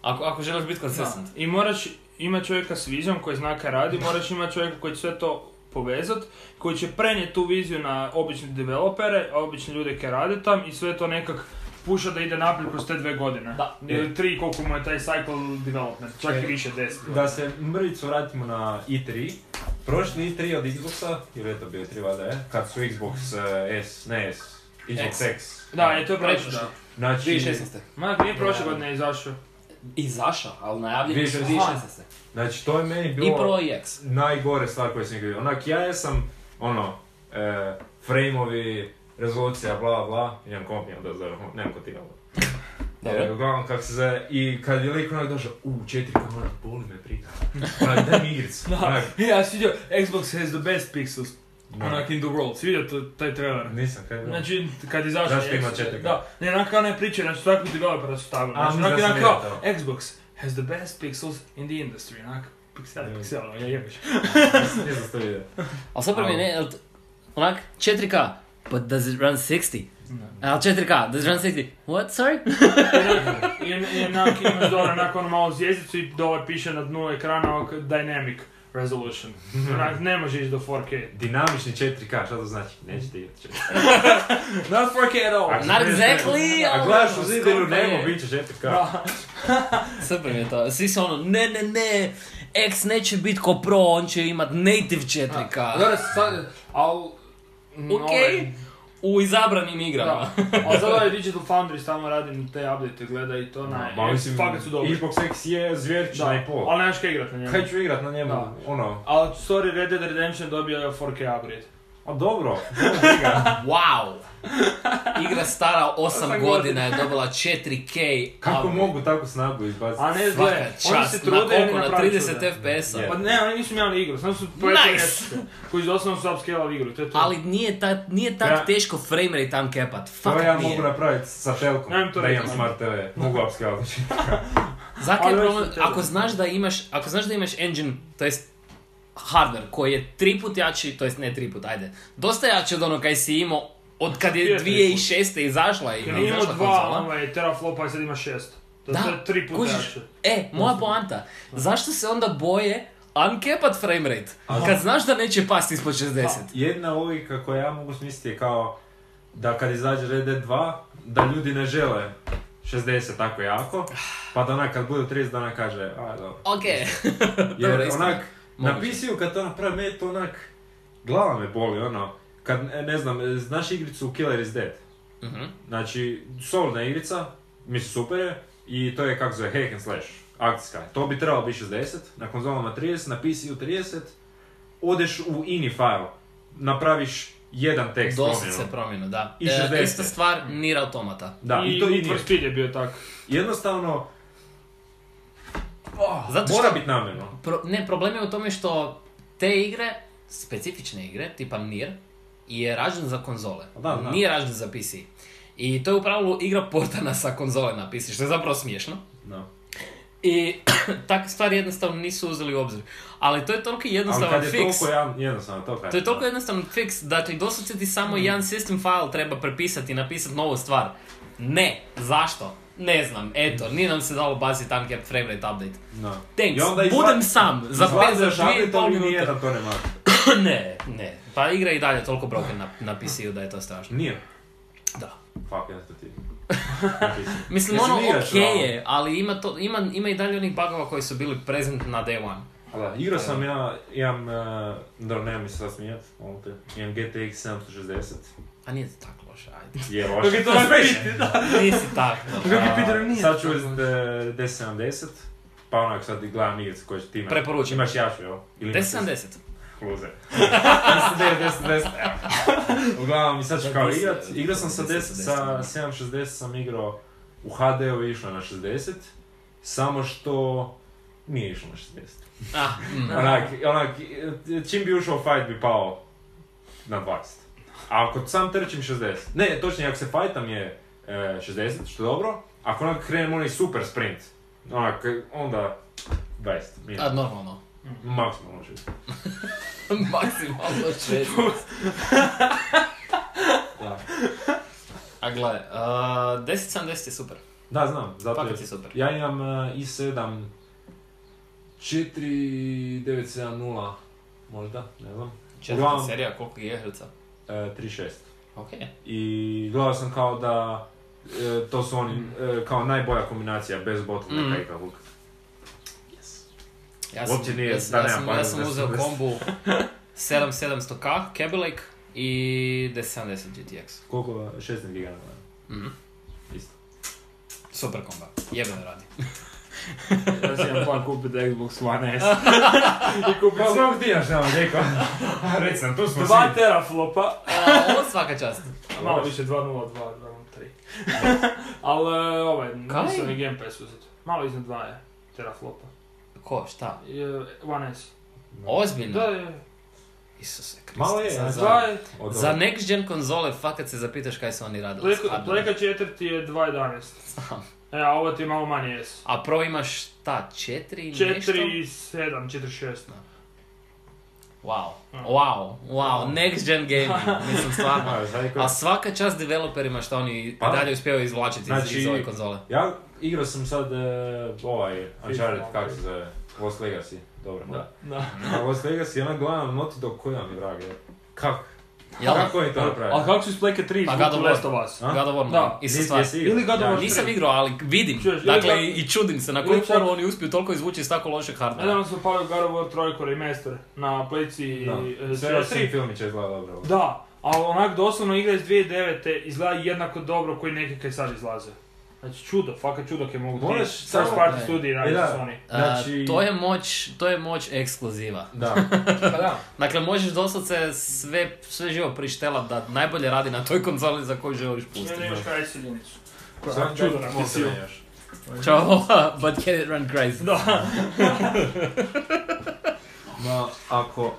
S2: Ako, ako želiš biti consistent.
S1: I moraš imati čovjeka s vizijom koji zna kaj radi, moraš imati čovjeka koji će sve to povezat, koji će prenijeti tu viziju na obične developere, obične ljude koji rade tam i sve to nekak puša da ide naprijed kroz te dve godine.
S2: Da.
S1: Ili tri koliko mu je taj cycle development, čak
S3: E,
S1: i više deset.
S3: da se mrvicu vratimo na i3, prošli i3 od Xboxa, jer je to bio 3 vada je, kad su Xbox eh, S, ne S,
S2: X.
S3: Xbox X.
S1: Da, je to je prošlo.
S2: Prošlo.
S3: Znači,
S2: 2016.
S1: Ma, nije prošle godine izašao.
S2: Izašao, ali najavljen je
S3: 2016.
S2: 2016.
S3: znači to je meni bilo
S2: I Pro i X.
S3: najgore stvar koju sam ikad vidio. Onak, ja jesam, ono, e, frame-ovi, rezolucija, bla, bla, imam komp, imam da zove, nemam kod ti, ali.
S2: Dobro.
S3: E, Uglavnom kako se zove, i kad je lik onak došao, u, četiri kamera, boli me briga. Onak, daj mi igricu.
S1: Da,
S3: Onak,
S1: ja si vidio, Xbox has the best pixels,
S3: Da.
S1: onak in the world, si vidio to- taj trailer?
S3: nisam, kaj je bilo?
S1: Znači, kad izašao
S3: Zašto ima
S1: Xbox,
S3: 4K?
S1: Da, ne, onak kao ne priče, znači svakog developera su stavili.
S3: A,
S1: Znači,
S3: mislim
S1: onak
S3: da
S1: je
S3: sam
S1: onak kao,
S3: vidio
S1: Xbox has the best pixels in the industry, onak. Pixel,
S3: Mm.
S1: pixel, ono, ja jebiš.
S3: Nisam to vidio.
S2: Ali sad prvi
S3: Ali-
S2: ne, jel t- onak, 4K, but does it run 60? Ali 4K, does it run 60? What, sorry?
S1: I, i onak imaš dole, onak ono malo zvijezdicu i dole piše na dnu ekrana ovak, dynamic. resolution. Onak, ne može ići do 4K.
S3: Dinamični 4K, šta to znači? Nećete igrati 4K.
S1: Not 4K at all.
S3: Ako
S2: Not
S3: ne,
S2: exactly,
S3: A
S2: ali
S3: gledaš u
S2: ono,
S3: zidu ili
S2: skoro
S3: nemo,
S2: je.
S3: bit će 4K.
S1: Da.
S2: Super mi je to. Svi su ono, ne, ne, ne, X neće bit ko pro, on će imat native 4K.
S1: Dobro, sad, al... mm,
S2: Ok,
S1: ovaj,
S2: u izabranim igrama.
S1: Da, ali sad ovaj Digital Foundry stalno radim te update gleda i to naj...
S3: Ma mislim,
S1: fakat su dobri.
S3: Xbox X je zvjerčina
S1: Da,
S3: i pol.
S1: ali nemaš kaj igrat na njemu.
S3: Kaj ću igrat na njemu,
S1: Da.
S3: ono...
S1: Ali sorry, Red Dead Redemption dobio je 4K upgrade.
S3: A dobro,
S2: Wow! Igra stara 8
S1: Osam
S2: godina je dobila 4K.
S3: kako
S2: upgrade.
S3: mogu takvu snagu izbaciti?
S1: A ne,
S2: Svaka
S1: gle, oni se
S2: čast, na
S1: trude i
S2: koliko?
S1: ne
S2: Na
S1: pravi
S2: 30
S1: čuda.
S2: FPS-a.
S3: Je.
S1: Pa ne, oni nisu mijenjali igru, samo su pojačali
S2: Nice!
S1: grafike, koji su osnovno su upscalali igru, to je to.
S2: Ali nije, ta, nije tak
S3: Ja-
S2: teško frame rate tam kepat.
S3: To
S2: Fakat
S3: ja
S2: nije.
S3: mogu napraviti sa telkom,
S1: Nemam to
S3: da imam
S1: reći.
S3: smart TV, mogu upscale
S2: Zato je
S1: Ali
S2: problem,
S1: već su te-
S2: ako znaš da imaš, ako znaš da imaš engine, to jest hardware koji je tri put jači, to jest ne tri put, ajde, dosta jači od ono kaj si imao od kad
S1: Je
S2: je
S1: tri
S2: 2006. izašla i ono,
S1: Jer je imao
S2: izašla
S1: dva,
S2: konzola.
S1: ovaj, teraflopa i sad ima šest. To, to je tri puta
S2: kužiš.
S1: jače.
S2: E, moja poanta, zašto se onda boje uncapped frame rate? Kad znaš da neće pasti ispod 60.
S3: Jedna logika koju ja mogu smisliti je kao da kad izađe Red Dead 2, da ljudi ne žele 60 tako jako, pa da onak kad bude 30 dana kaže, a dobro.
S2: Ok, Dobra,
S3: Jer
S2: istina.
S3: onak, na
S2: Moguće.
S3: PC-u kad to napravi, meni to onak, glava me boli, ono, kad, e, ne znam, e, znaš igricu Killer is Dead?
S2: Mhm.
S3: Znači, solidna igrica, mislim super je, i to je kako zove, hack and slash, akcijska. To bi trebalo biti 60, na konzolama 30, na PC-u 30, odeš u ini file, napraviš jedan tekst
S2: dosta se
S3: promjenu.
S2: promjenu, da.
S3: I
S2: E,
S3: 60.
S2: ista stvar, Nier Automata.
S3: Da, i,
S1: I,
S3: to
S1: Need
S3: nije.
S1: for Speed je bio tak.
S3: Jednostavno,
S2: Zato
S3: mora
S2: što-
S3: biti namjerno.
S2: Pro- ne, problem je u tome što te igre, specifične igre, tipa Nier, je rađen za konzole.
S3: Da, da.
S2: Nije rađen za PC. I to je u pravilu igra portana sa konzole na PC, što je zapravo smiješno.
S3: Da.
S2: I takve stvari jednostavno nisu uzeli u obzir. Ali to je toliko
S3: Ali
S2: jednostavan
S3: kad je
S2: fiks.
S3: toliko jedan- jednostavno, to kažem.
S2: To je toliko jednostavan fiks, dakle doslovce ti samo
S3: Mm.
S2: jedan system file treba prepisati i napisati novu stvar. Ne, zašto? Ne znam, eto, nije nam se dalo baziti tam cap frame rate update.
S3: Da.
S2: Thanks,
S3: I onda izva-
S2: budem sam, za pet, za
S3: izlaziš,
S2: dvije
S3: ali
S2: i
S3: to
S2: pol
S3: mi
S2: minute.
S3: nijedan to ne mara.
S2: ne, ne. Pa igra je i dalje toliko broken na, na PC-u da je to strašno.
S3: Nije.
S2: Da.
S3: Fuck, ja to ti.
S2: Mislim,
S3: Jesi
S2: ono
S3: li igraš,
S2: ok je, ali ima, to, ima, ima i dalje onih bugova koji su bili present na day one.
S3: A Da, igrao sam ja, imam, uh, dobro, nemam mi se sad smijat, molim te, imam GTX 760,
S2: A nije to tako loše, ajde.
S3: je
S1: Dok je
S3: loše.
S1: to na piti, da.
S2: Nisi tako.
S1: Dok je
S3: A,
S1: Peter nije.
S3: Sad ću uzeti uh, 1070, pa onak sad gledam igrice koje ti imaš.
S2: Preporučujem.
S3: Imaš jaču, jel? Ili imaš
S2: 10-10.
S3: Luze. 1070, 1070, evo. Uglavnom, i sad ću kao igrat, igrao sam sa, 10, sa 760 sam igrao, u HD-u je išlo na 60, samo što nije išlo na 60.
S2: Ah, mm.
S3: Onak, onak, čim bi ušao u fight bi pao na 20. A ako sam trčim 60, ne, točnije, ako se fightam je e, 60, što je dobro, ako onak krenem onaj super sprint, onak, onda 20, minut,
S2: A, normalno.
S3: maksimalno može biti.
S2: Maksimalno 16.
S3: Da.
S2: A gle, uh, 10-70 je super.
S3: Da, znam, zato
S2: Fakat
S3: je,
S2: je super.
S3: ja imam e, i7 4970, možda, ne znam,
S2: Četvrta
S3: Uglavnom-
S2: serija, koliko je herca?
S3: e, 36.
S2: Ok.
S3: I gledao sam kao da e, to su oni e, kao najbolja kombinacija bez bottlenecka
S2: Mm.
S3: i kakvog. Yes.
S2: Ja sam,
S3: Uopće nije
S2: ja sam,
S3: da
S2: ja
S3: nema
S2: sam,
S3: para
S2: ja
S3: za
S2: sam uzeo
S3: 10-70.
S2: kombu 7700K, Cabellake i 1070 GTX.
S3: Koliko? 16 GB.
S2: Mhm.
S3: Isto.
S2: Super komba, jebeno radi.
S1: Ja sam imam plan kupiti Xbox One S. I kupiti
S3: Pa znam ti ja šta vam rekao. Reci nam, tu smo svi.
S1: dva teraflopa.
S2: A, Ovo svaka čast.
S1: A Malo više 2.02, 2.03. Ali e, ovaj,
S2: Kaj?
S1: nisam ni Game Pass uzet. Malo iznad 2 je teraflopa.
S2: Ko, šta?
S1: Je, One S. Da
S2: Ozbiljno?
S1: je,
S2: Isuse Kriste.
S3: Malo je,
S2: sad
S3: a
S2: za-
S1: dva je.
S3: Od
S2: Za
S3: ovog.
S2: next gen konzole fakat se zapitaš kaj su oni radili. s
S1: Pleka,
S2: hardwareom.
S1: pleka četvrti je 2.11. E, a ovo ti je malo manje S.
S2: A pro imaš šta, četiri, nešto?
S1: 4.7, 4.6.
S2: Wow,
S1: Mm.
S2: wow, wow, next gen gaming, mislim stvarno.
S3: Ma, sad je ko-
S2: A svaka čast developerima što oni
S3: Pa.
S2: dalje uspijevaju izvlačiti iz-
S3: Znači-
S2: iz ove konzole.
S3: Ja igrao sam sad e, ovaj Uncharted,
S1: Fifth
S3: kako se zove. Lost Legacy, dobro, da.
S1: Da.
S3: A Lost Legacy je onaj glavna Naughty Dog koja mi vrag je. Kak?
S2: Jel?
S3: Kako je to
S1: A
S3: napravio?
S1: kako su iz Pleke 3
S2: Pa
S1: izvukli
S2: God of War.
S1: Last of Us?
S3: A?
S2: God of War,
S1: Da.
S2: da. ista
S3: Nisi-
S2: stvar.
S3: jesi igrao?
S1: Ili God of
S3: Ja,
S1: War
S2: Nisam
S1: 3.
S2: igrao, ali vidim.
S1: Čuješ, ili
S2: dakle,
S1: čak-
S2: i, i čudim se na
S1: ili
S2: koju
S1: čak-
S2: foru oni uspiju toliko izvući iz tako lošeg hardvera.
S1: Nedavno sam palio God of War trojko remaster na Plejci i
S3: Da.
S1: e,
S3: Sve još
S1: PS3.
S3: svi filmiće izgleda dobro.
S1: Da, ali onak doslovno igra iz 2009. izgleda jednako dobro koji neki kaj sad izlaze. Znači čudo, fakat čudo kaj mogu
S3: Moraš
S1: ti
S3: samo-
S1: first party
S2: Ne.
S1: studiji raditi
S3: E, da.
S1: s oni.
S2: A,
S3: Znači-
S2: to, je moć, to je moć ekskluziva.
S3: Da. Pa da.
S2: Dakle, možeš doslovce sve, sve živo prištelat da najbolje radi na toj konzoli za koju želiš
S1: Ne,
S2: pustiti.
S1: nemaš kraj sjedinicu. Čudo
S3: Sam čuti
S1: nam je
S3: mokrine
S1: sila.
S3: još.
S2: Čao, but can it run crazy?
S1: Da.
S3: Ma, ako,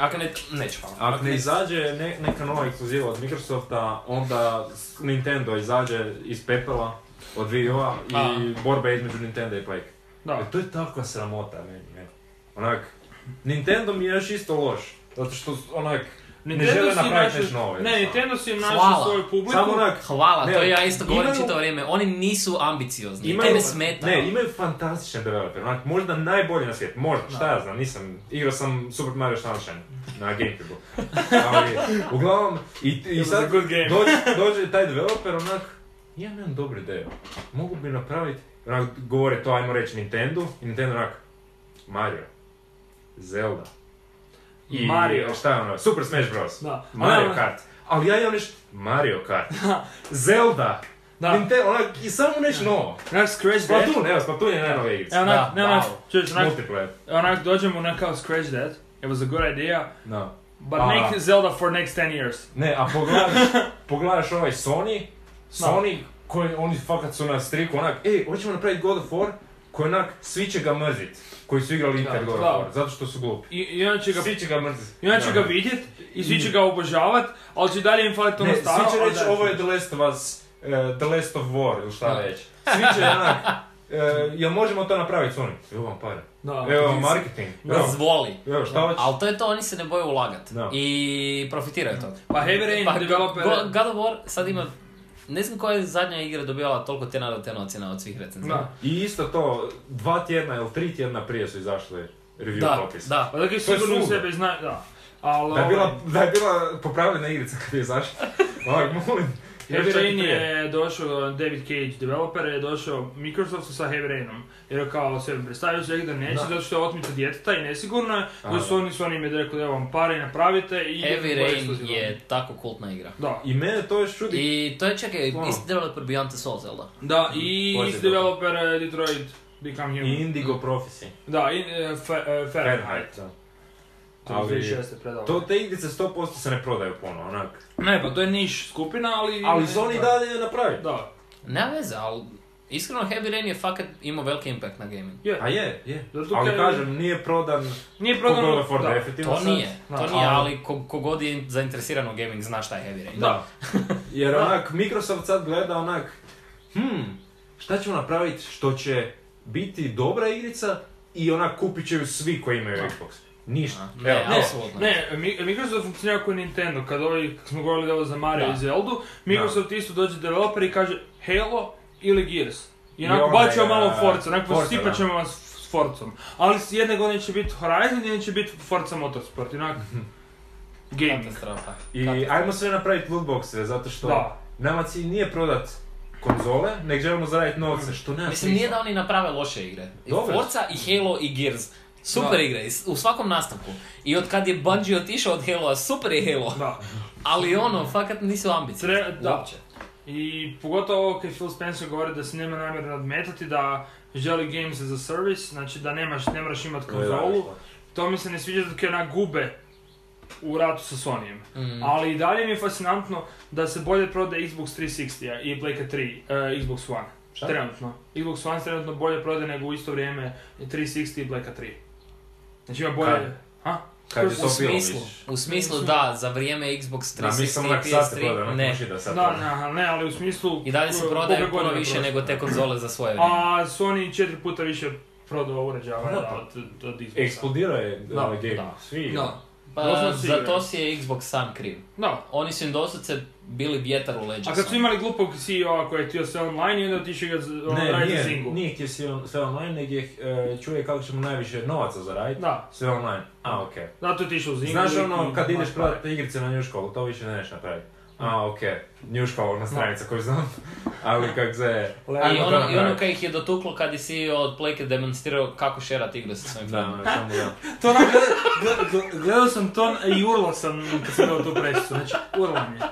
S2: Ako ne, neću hvala.
S3: ako ne izađe ne, neka nova ekskluziva od Microsofta, onda s- Nintendo izađe iz pepela od VO-a i
S2: A.
S3: borba između Nintendo i Playke.
S1: Da.
S3: E, To je takva sramota, meni, meni. Onak, Nintendo mi je još isto loš. Zato što, onak, ne
S1: Nintendo
S3: žele
S1: si
S3: napraviti
S1: našao-
S3: nešto novo.
S1: Ne, Nintendo si im našao
S2: Hvala.
S1: svoju publiku.
S3: Samo onak,
S2: Hvala,
S3: Ne,
S2: to ja isto govorim
S3: imaju-
S2: čitavo vrijeme. Oni nisu ambiciozni,
S3: Imaju-
S2: tebe smeta.
S3: ne, imaju fantastične developere, onak, možda najbolji na svijetu, možda, šta ja znam, nisam, igrao sam Super Mario Sunshine na Gamecube-u, ali, uglavnom, i, i
S1: It was a
S3: sad
S1: good game.
S3: dođe, dođe taj developer, onak, ja nemam dobru ideju, mogu bi napraviti, onak, govore to, ajmo reći, Nintendo, i Nintendo onak, Mario, Zelda, i
S1: Mario.
S3: šta je ono, Super Smash Bros,
S1: Da.
S3: Mario
S1: Ono-
S3: Kart, ali ja imam nešto, Mario Kart, Zelda,
S1: Da.
S3: Nintendo, onak, i samo nešto novo.
S1: Onak Scratch That.
S3: Splatoon, evo, Splatoon je najnova igrica. Znači,
S1: Evo E, onak,
S2: Da,
S1: ne onak,
S2: wow.
S1: čuješ, onak,
S3: Multiplayer.
S1: onak dođemo na kao Scratch That. It was a good idea.
S3: No.
S1: But
S3: A.
S1: make Zelda for next 10 years.
S3: Ne, a pogledaš, pogledaš ovaj Sony, Sony koji oni fakat su na striku onak, ej, hoćemo napraviti God of War, koji onak, svi će ga mrzit, koji su igrali Inter God of
S1: da.
S3: War, zato što su glupi.
S1: I, i onda će ga
S3: Svi će ga mrzit.
S1: I onda će ga
S3: Da.
S1: vidjet i svi će ga obožavat, ali će dalje im faliti ono
S3: Ne,
S1: staro.
S3: svi će
S1: ali
S3: reći
S1: dalje
S3: ovo je
S1: će-
S3: The Last of Us, eh, The Last of War ili šta
S2: Da.
S3: već. Svi će onak, eh, jel možemo to napraviti Sony? Evo vam pare.
S1: Da.
S3: Evo vam marketing. Evo,
S2: Razvoli.
S3: evo šta hoćeš?
S2: Ali to je to, oni se ne boje ulagati.
S3: Da.
S2: I profitiraju to.
S1: Pa Heavy Rain
S2: Pa,
S1: developer...
S2: Go- God of War sad ima, ne znam koja je zadnja igra dobijala toliko tena do tena ocjena od svih recenzija.
S1: Da.
S3: I isto to, dva tjedna ili tri tjedna prije su izašli review
S2: Da,
S3: popis.
S2: da.
S1: Pa dakle,
S3: To je
S1: sigurno
S3: suludo.
S1: sebe znaju, da. Ali...
S3: Da je
S1: ovaj,
S3: bila, da je bila popravljena igrica kad je izašla. Ovak, molim.
S1: Heavy
S3: Još
S1: Rain
S3: neki prije.
S1: je došao, David Cage, developer, je došao Microsoftu sa Heavy Rainom. Jer je kao sebi predstavio se da neće, zato što je otmica djeteta i nesigurno je.
S3: A,
S1: Zato su oni, su oni im je rekli, evo vam pare, napravite i...
S2: Heavy
S1: idemo
S2: Rain
S1: ekskluzivno.
S2: je tako kultna igra.
S1: Da.
S3: I mene to još čudi.
S2: I to je, čekaj,
S3: Ono.
S2: isti developer Beyond the Souls, jel da?
S1: Da, i
S3: Pozitivno.
S1: iz developer eh, Detroit Become
S3: I
S1: Human.
S3: Indigo Prophecy.
S1: Da, i eh, Fe- eh, Fahrenheit.
S3: Fahrenheit, da.
S1: To je
S3: Ali-
S1: 2006. predalo.
S3: To te igrice 100% se ne prodaju puno, onak.
S1: Ne, pa to je niš skupina, ali...
S3: Ali Sony
S1: da.
S3: dalje je napravi.
S1: Da.
S2: Nema veze, ali iskreno Heavy Rain je fakat imao veliki impact na gaming.
S3: A je, je.
S1: Zato
S3: Ali
S1: kaj-
S3: kažem, nije prodan
S1: Nije
S3: ko
S1: prodano...
S3: God of War
S1: da.
S3: definitivno.
S2: To
S3: sad.
S2: nije, to
S1: da,
S2: nije,
S3: ali-
S2: ali ko- kogod je zainteresiran u gaming zna šta je Heavy Rain.
S3: Da. Jer onak, Microsoft sad gleda onak, hmm, šta ćemo napraviti što će biti dobra igrica i onak kupit će ju svi koji imaju Xbox. Ništa.
S2: Ne,
S3: Evo, to.
S2: apsolutno.
S1: Ne, eh, Mi- Microsoft funkcionira kao Nintendo, kad ovi, kad smo govorili ovo za Mario
S2: Da.
S1: i Zeldu, Microsoft isto dođe developer i kaže Halo ili Gears. I
S3: I
S1: onako
S3: onda
S1: baćemo
S3: je-
S1: malo Forza, onako
S3: Forza,
S1: posipat ćemo vas s Forzom. Ali s jedne godine će biti Horizon, jedne će biti Forza Motorsport, i onako...
S3: Mhm.
S1: Gaming.
S2: Katastrofa.
S3: I ajmo sve napraviti lootboxe, zato što
S1: Da.
S3: nama cilj nije prodat konzole, nek želimo zaraditi novce, što nema
S2: Mislim,
S3: smisla.
S2: nije da oni naprave loše igre. I
S3: Dobro.
S2: Forza i Halo i Gears. Super
S1: Da.
S2: igre, i s- u svakom nastavku. I od kad je Bungie otišao od Halo-a, super je Halo.
S1: Da.
S2: Ali ono, fakat nisu ambiciozni.
S1: Tre- da.
S2: uopće.
S1: I pogotovo ovo kad Phil Spencer govori da se nema namjeru nadmetati, da želi games as a service, znači da nemaš, ne moraš imati
S3: To je
S1: konzolu.
S3: radišno.
S1: To mi se ne sviđa zato kaj ona gube u ratu sa Sonyjem.
S2: Mm.
S1: Ali i dalje mi je fascinantno da se bolje prodaje Xbox 360 i Playka 3, e, Xbox One.
S3: Šta?
S1: Trenutno. Xbox One se trenutno bolje prodaje nego u isto vrijeme 360 i Playka 3. Znači ima bolje...
S3: Kad?
S1: Ha?
S3: Kad je to
S2: U
S3: bilo,
S2: smislu,
S3: misliš?
S2: u smislu
S1: Mislim-
S2: da, za vrijeme Xbox
S3: Da, mi samo
S2: 360
S3: onak
S2: i
S3: sad se prodaju,
S2: PS3,
S3: onak
S2: ne.
S3: može da sad
S1: Da,
S3: ono.
S1: ne, aha, ne, ali u smislu...
S2: I dalje se
S1: e,
S2: prodaje
S1: koliko
S2: puno
S1: godina
S2: više
S1: prošlo.
S2: nego te konzole za svoje vrijeme.
S1: A Sony četiri puta više prodao uređaja
S3: Da,
S1: da,
S3: pa.
S1: od, od Xboxa.
S3: Eksplodirao je
S1: Da,
S3: ovaj game,
S2: da.
S3: svi.
S1: Da.
S2: Pa,
S1: Doslovce
S2: za
S1: igra.
S2: to si je Xbox sam kriv.
S1: Da.
S2: Oni su im doslovce bili vjetar u leđa.
S1: A kad su
S2: samo.
S1: imali glupog CEO-a koji je htio sve online i onda otišao ga z- ono,
S3: Ne,
S1: raditi za
S3: nije,
S1: single.
S3: nije htio sve on- sve online, nego je e, čuje kako ćemo najviše novaca zaraditi.
S1: Da,
S3: Sve online. A, okej.
S1: zato je otišao u zingu.
S3: Znaš ono,
S1: i- pa
S3: kad ideš
S1: Ma,
S3: prodati igrice na Njuškovu, to više ne neš napraviti. A, okej, Njuškovu na stranica koju znam, ali kak se...
S2: I
S3: ajmo to
S2: ono, I ono
S3: napraviti.
S2: kad ih je dotuklo kad je CEO od Playke demonstrirao kako šerat igre sa svojim
S3: Da,
S2: da.
S1: Pa.
S3: ono, samo da.
S1: To ono, gleda- gled- gled- gledao sam to i urlao sam kad sam gledao tu presicu, znači urlao mi je.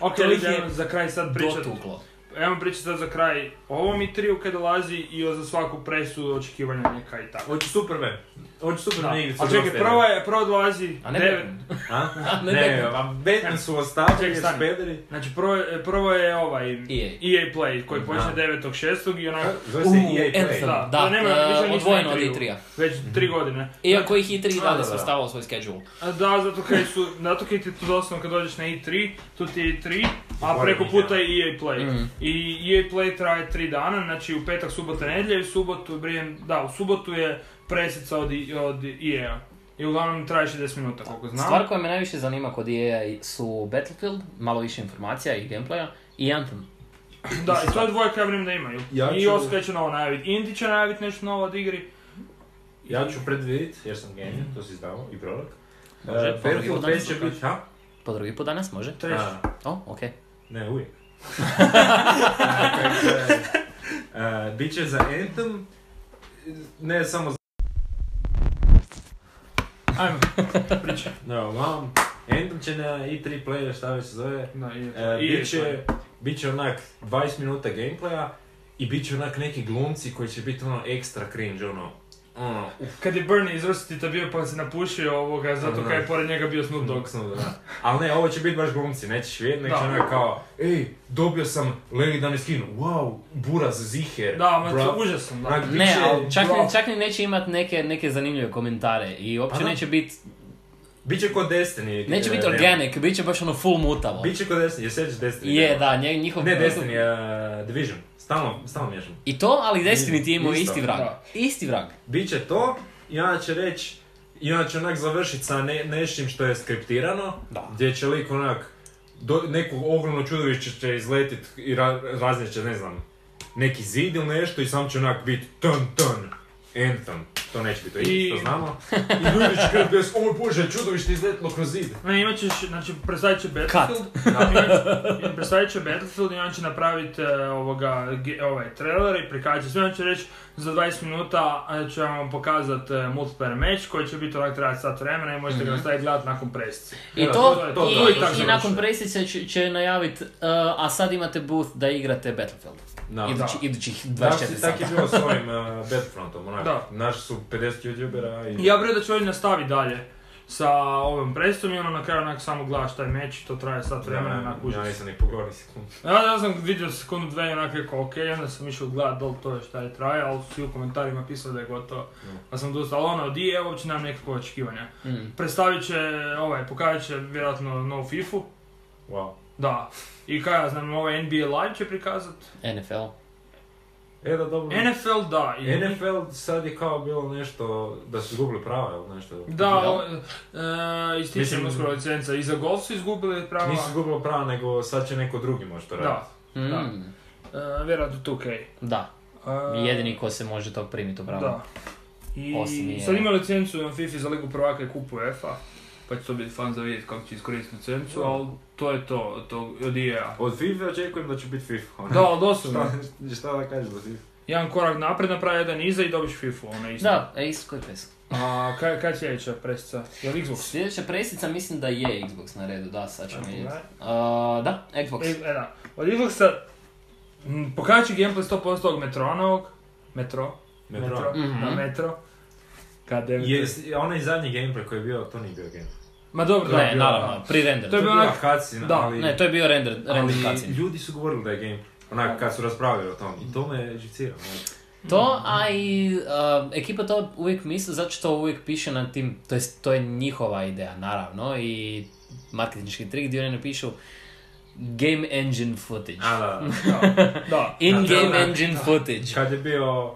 S1: Ok,
S2: To ih je
S1: idemo za kraj sad pričati.
S2: dotuklo.
S1: Ajmo pričati sad za kraj o ovom i triju kad dolazi i o za svaku presu očekivanja neka i tako.
S3: Hoću Superman. Hoću
S1: Da.
S3: Superman igricu.
S1: A čekaj,
S3: Rocksteady.
S1: prvo je, prvo dolazi
S2: A ne
S1: devet,
S2: Batman.
S3: A?
S2: A ne
S3: Ne,
S2: Batman.
S3: a Batman su ostavili
S1: Čekaj,
S3: jer
S1: stani.
S3: špederi.
S1: znači prvo, je- prvo je ovaj
S2: EA.
S1: EA Play koji počne
S3: Da.
S1: 9.6. i onako,
S3: Zove se
S2: U,
S3: EA Play.
S2: Anthem.
S1: da,
S2: Da,
S1: to nema
S2: e, Mhm.
S1: više ništa
S2: odvojeno
S1: na triju.
S2: od E3-a.
S1: već tri godine.
S2: Iako ih i 3 i
S3: A,
S2: dalje
S3: da, da.
S2: svrstavao u svoj schedule.
S1: A Da, zato kaj su, zato kaj ti tu doslovno kad dođeš na E3, tu ti je E3, a
S3: Pored
S1: preko
S3: njih,
S1: puta
S3: ja.
S1: je EA Play.
S2: Mm.
S1: I EA Play traje tri dana, znači u petak, subota, nedjelja i u subotu, brijem, da, u subotu je presica od, I- od EA. I uglavnom traje 60 minuta, koliko znam.
S2: Stvar koja me najviše zanima kod EA su Battlefield, malo više informacija i gameplaya, i Anthem.
S1: Da, i to je dvojka ja vjerujem da imaju.
S3: Ja
S1: I
S3: ću-
S1: Oskar će novo najaviti, Indi će najaviti nešto novo od igri.
S3: Ja ću predvidit, jer sam genij, to si znao, i prorok.
S2: Može,
S3: E,
S2: pa
S3: Battlefield
S2: onda
S3: 5 će
S2: to
S3: biti, ha?
S2: Po drugi put danas, može?
S1: Treći.
S3: A,
S2: O, okej.
S3: Ne, uvijek. Dakle, uh, Biće za Anthem, ne samo za...
S1: Ajmo, pričaj.
S3: No, mam. Anthem će na E3 player, šta već se zove.
S1: Da, EA
S3: E,
S1: Play. EA Play.
S3: biće, biće onak 20 minuta gameplaya i bit će onak neki glumci koji će biti ono ekstra cringe, ono, ono,
S1: pa- Kad je Bernie iz Rustita bio pa se napušio ovoga, zato
S3: Da.
S1: kaj je pored njega bio Snoop Dogg.
S3: Dok sam, da. Ali ne, ovo će biti baš glumci, nećeš vidjeti, nego
S1: Da.
S3: će onak kao, ej, dobio sam legendarni skin, wow, buraz ziher,
S1: Da, ma
S3: bra-
S1: to užasan, da.
S3: Onak, bit
S2: Ne,
S3: će,
S2: ali čak,
S3: bro-
S2: ni- čak ni neće imat neke, neke zanimljive komentare i uopće
S3: Pa da.
S2: neće biti
S3: Bit će kod Destiny.
S2: neće
S3: e,
S2: biti
S3: ne.
S2: organic, bit će baš ono full mutavo.
S3: Bit će kod Destiny, jer sjećaš Destiny?
S2: Je, da, nje- njihov...
S3: Ne Destiny, e, Division. Stalno, stalno miješam.
S2: I to, ali Destiny ti je imao
S3: Isto,
S2: isti vrag.
S1: da.
S2: Isti vrag.
S3: Biće to i onda će reći, i onda će onak završiti sa ne, nečim što je skriptirano,
S2: Da.
S3: gdje će lik onak, do, neko ogromno čudovište će izletit i ra, raznijet će, ne znam, neki zid ili nešto i sam će onak biti ton ton, Anthem. To neće biti to
S1: I-
S3: isto, to znamo. I ljudi će krenuti bez, oj bože, čudovište izletilo kroz zid.
S1: Ne, imat ćeš, znači, predstavit će Battlefield, imat- predstavit će Battlefield i on će napraviti ovoga, ge- ovaj, trailer i prikazat će sve, on će reći za 20 minuta e, će vam pokazat e, multiplayer match koji će biti onak trajati sat vremena i možete ga
S3: Mhm.
S1: nastaviti gledat nakon presice.
S2: I
S3: Da,
S2: to,
S1: to- to-
S2: i,
S1: to i tako
S2: i
S1: završuje.
S2: nakon presice će, će najavit, uh, a sad imate booth da igrate Battlefield.
S3: Da.
S2: Idući, idućih
S3: Da,
S2: 24
S3: si, tak je
S2: sata.
S3: bilo s ovim uh, Battlefrontom, onak.
S1: Da.
S3: Naši su 50 youtubera i...
S1: I ja vjerujem da će oni nastaviti dalje sa ovom presicom i ono na kraju onak samo gledaš taj meč i to traje sat vremena
S3: Ja,
S1: onak užas.
S3: ja nisam ni pogledao ni sekundu.
S1: Ja, ja sam vidio sekundu dve i onak rekao ok, onda sam išao gledat da li to je šta je traje, ali su svi u komentarima pisali da je gotovo. Pa sam dosta, ali ono, di je, uopće nemam nekakve očekivanja.
S2: Mm.
S1: Predstavit će, ovaj, pokazat će vjerojatno novu FIFA,
S3: Wow.
S1: da. I kaj ja znam, ovaj NBA Live će prikazat.
S2: NFL.
S3: E da dobro.
S1: NFL da. I
S3: NFL sad je kao bilo nešto da su izgubili prava ili nešto.
S1: Da,
S2: Ja.
S1: o- e, ističe
S3: Mislim-
S1: im uskoro licenca. I za golf su izgubili prava.
S3: Nisu izgubili prava nego sad će neko drugi možda to
S1: Da,
S3: raditi.
S2: Mm.
S1: Da. e, vjerojatno 2K.
S2: Da.
S1: E,
S2: jedini ko se može tog primiti upravo.
S1: Da.
S2: Osim
S1: I
S2: je-
S1: sad ima licencu na FIFA za ligu prvaka i kupu UEFA. Pa će to biti fan za vidjeti kako će iskoristiti licencu, ali to je to, od tog- od EA.
S3: Od FIFA očekujem da će biti FIFA. ono.
S1: Da, ali doslovno.
S3: Šta, šta da kažeš za FIFA?
S1: Jedan korak naprijed napravi, jedan iza i dobiš FIFA, ona isto.
S2: Da, e, isto koji pes.
S1: A kaj, kaj sljedeća presica? Je li Xbox?
S2: Sljedeća presica mislim da je Xbox na redu, da, sad ćemo
S1: Tako,
S2: vidjeti.
S1: da.
S2: Uh, da, Xbox.
S1: E, e, da. Od Xboxa m, pokazat će gameplay 100% ovog Metronovog. Metro.
S3: Metro.
S2: Mhm.
S1: Da, Metro. Kad je...
S3: Jes, onaj zadnji gameplay koji je bio, to nije bio gameplay.
S1: Ma dobro, da.
S2: ne,
S3: bila-
S2: naravno, pre-render.
S1: To je bio
S3: bila
S1: onak-
S3: kacina,
S1: da,
S3: ali...
S2: Ne, to je bio render, render
S3: ali
S2: cutscene.
S3: ljudi su govorili da je gameplay. Onak kad su raspravljali o tom. I to me žicira. onak.
S2: To, a i um, ekipa to uvijek misli, zato što uvijek piše na tim, to jest to je njihova ideja, naravno, i marketinški trik gdje oni napišu game engine footage.
S3: A da, da.
S1: Da, da.
S2: In
S3: Na
S2: game
S3: trailer.
S2: engine footage.
S3: Kad je bio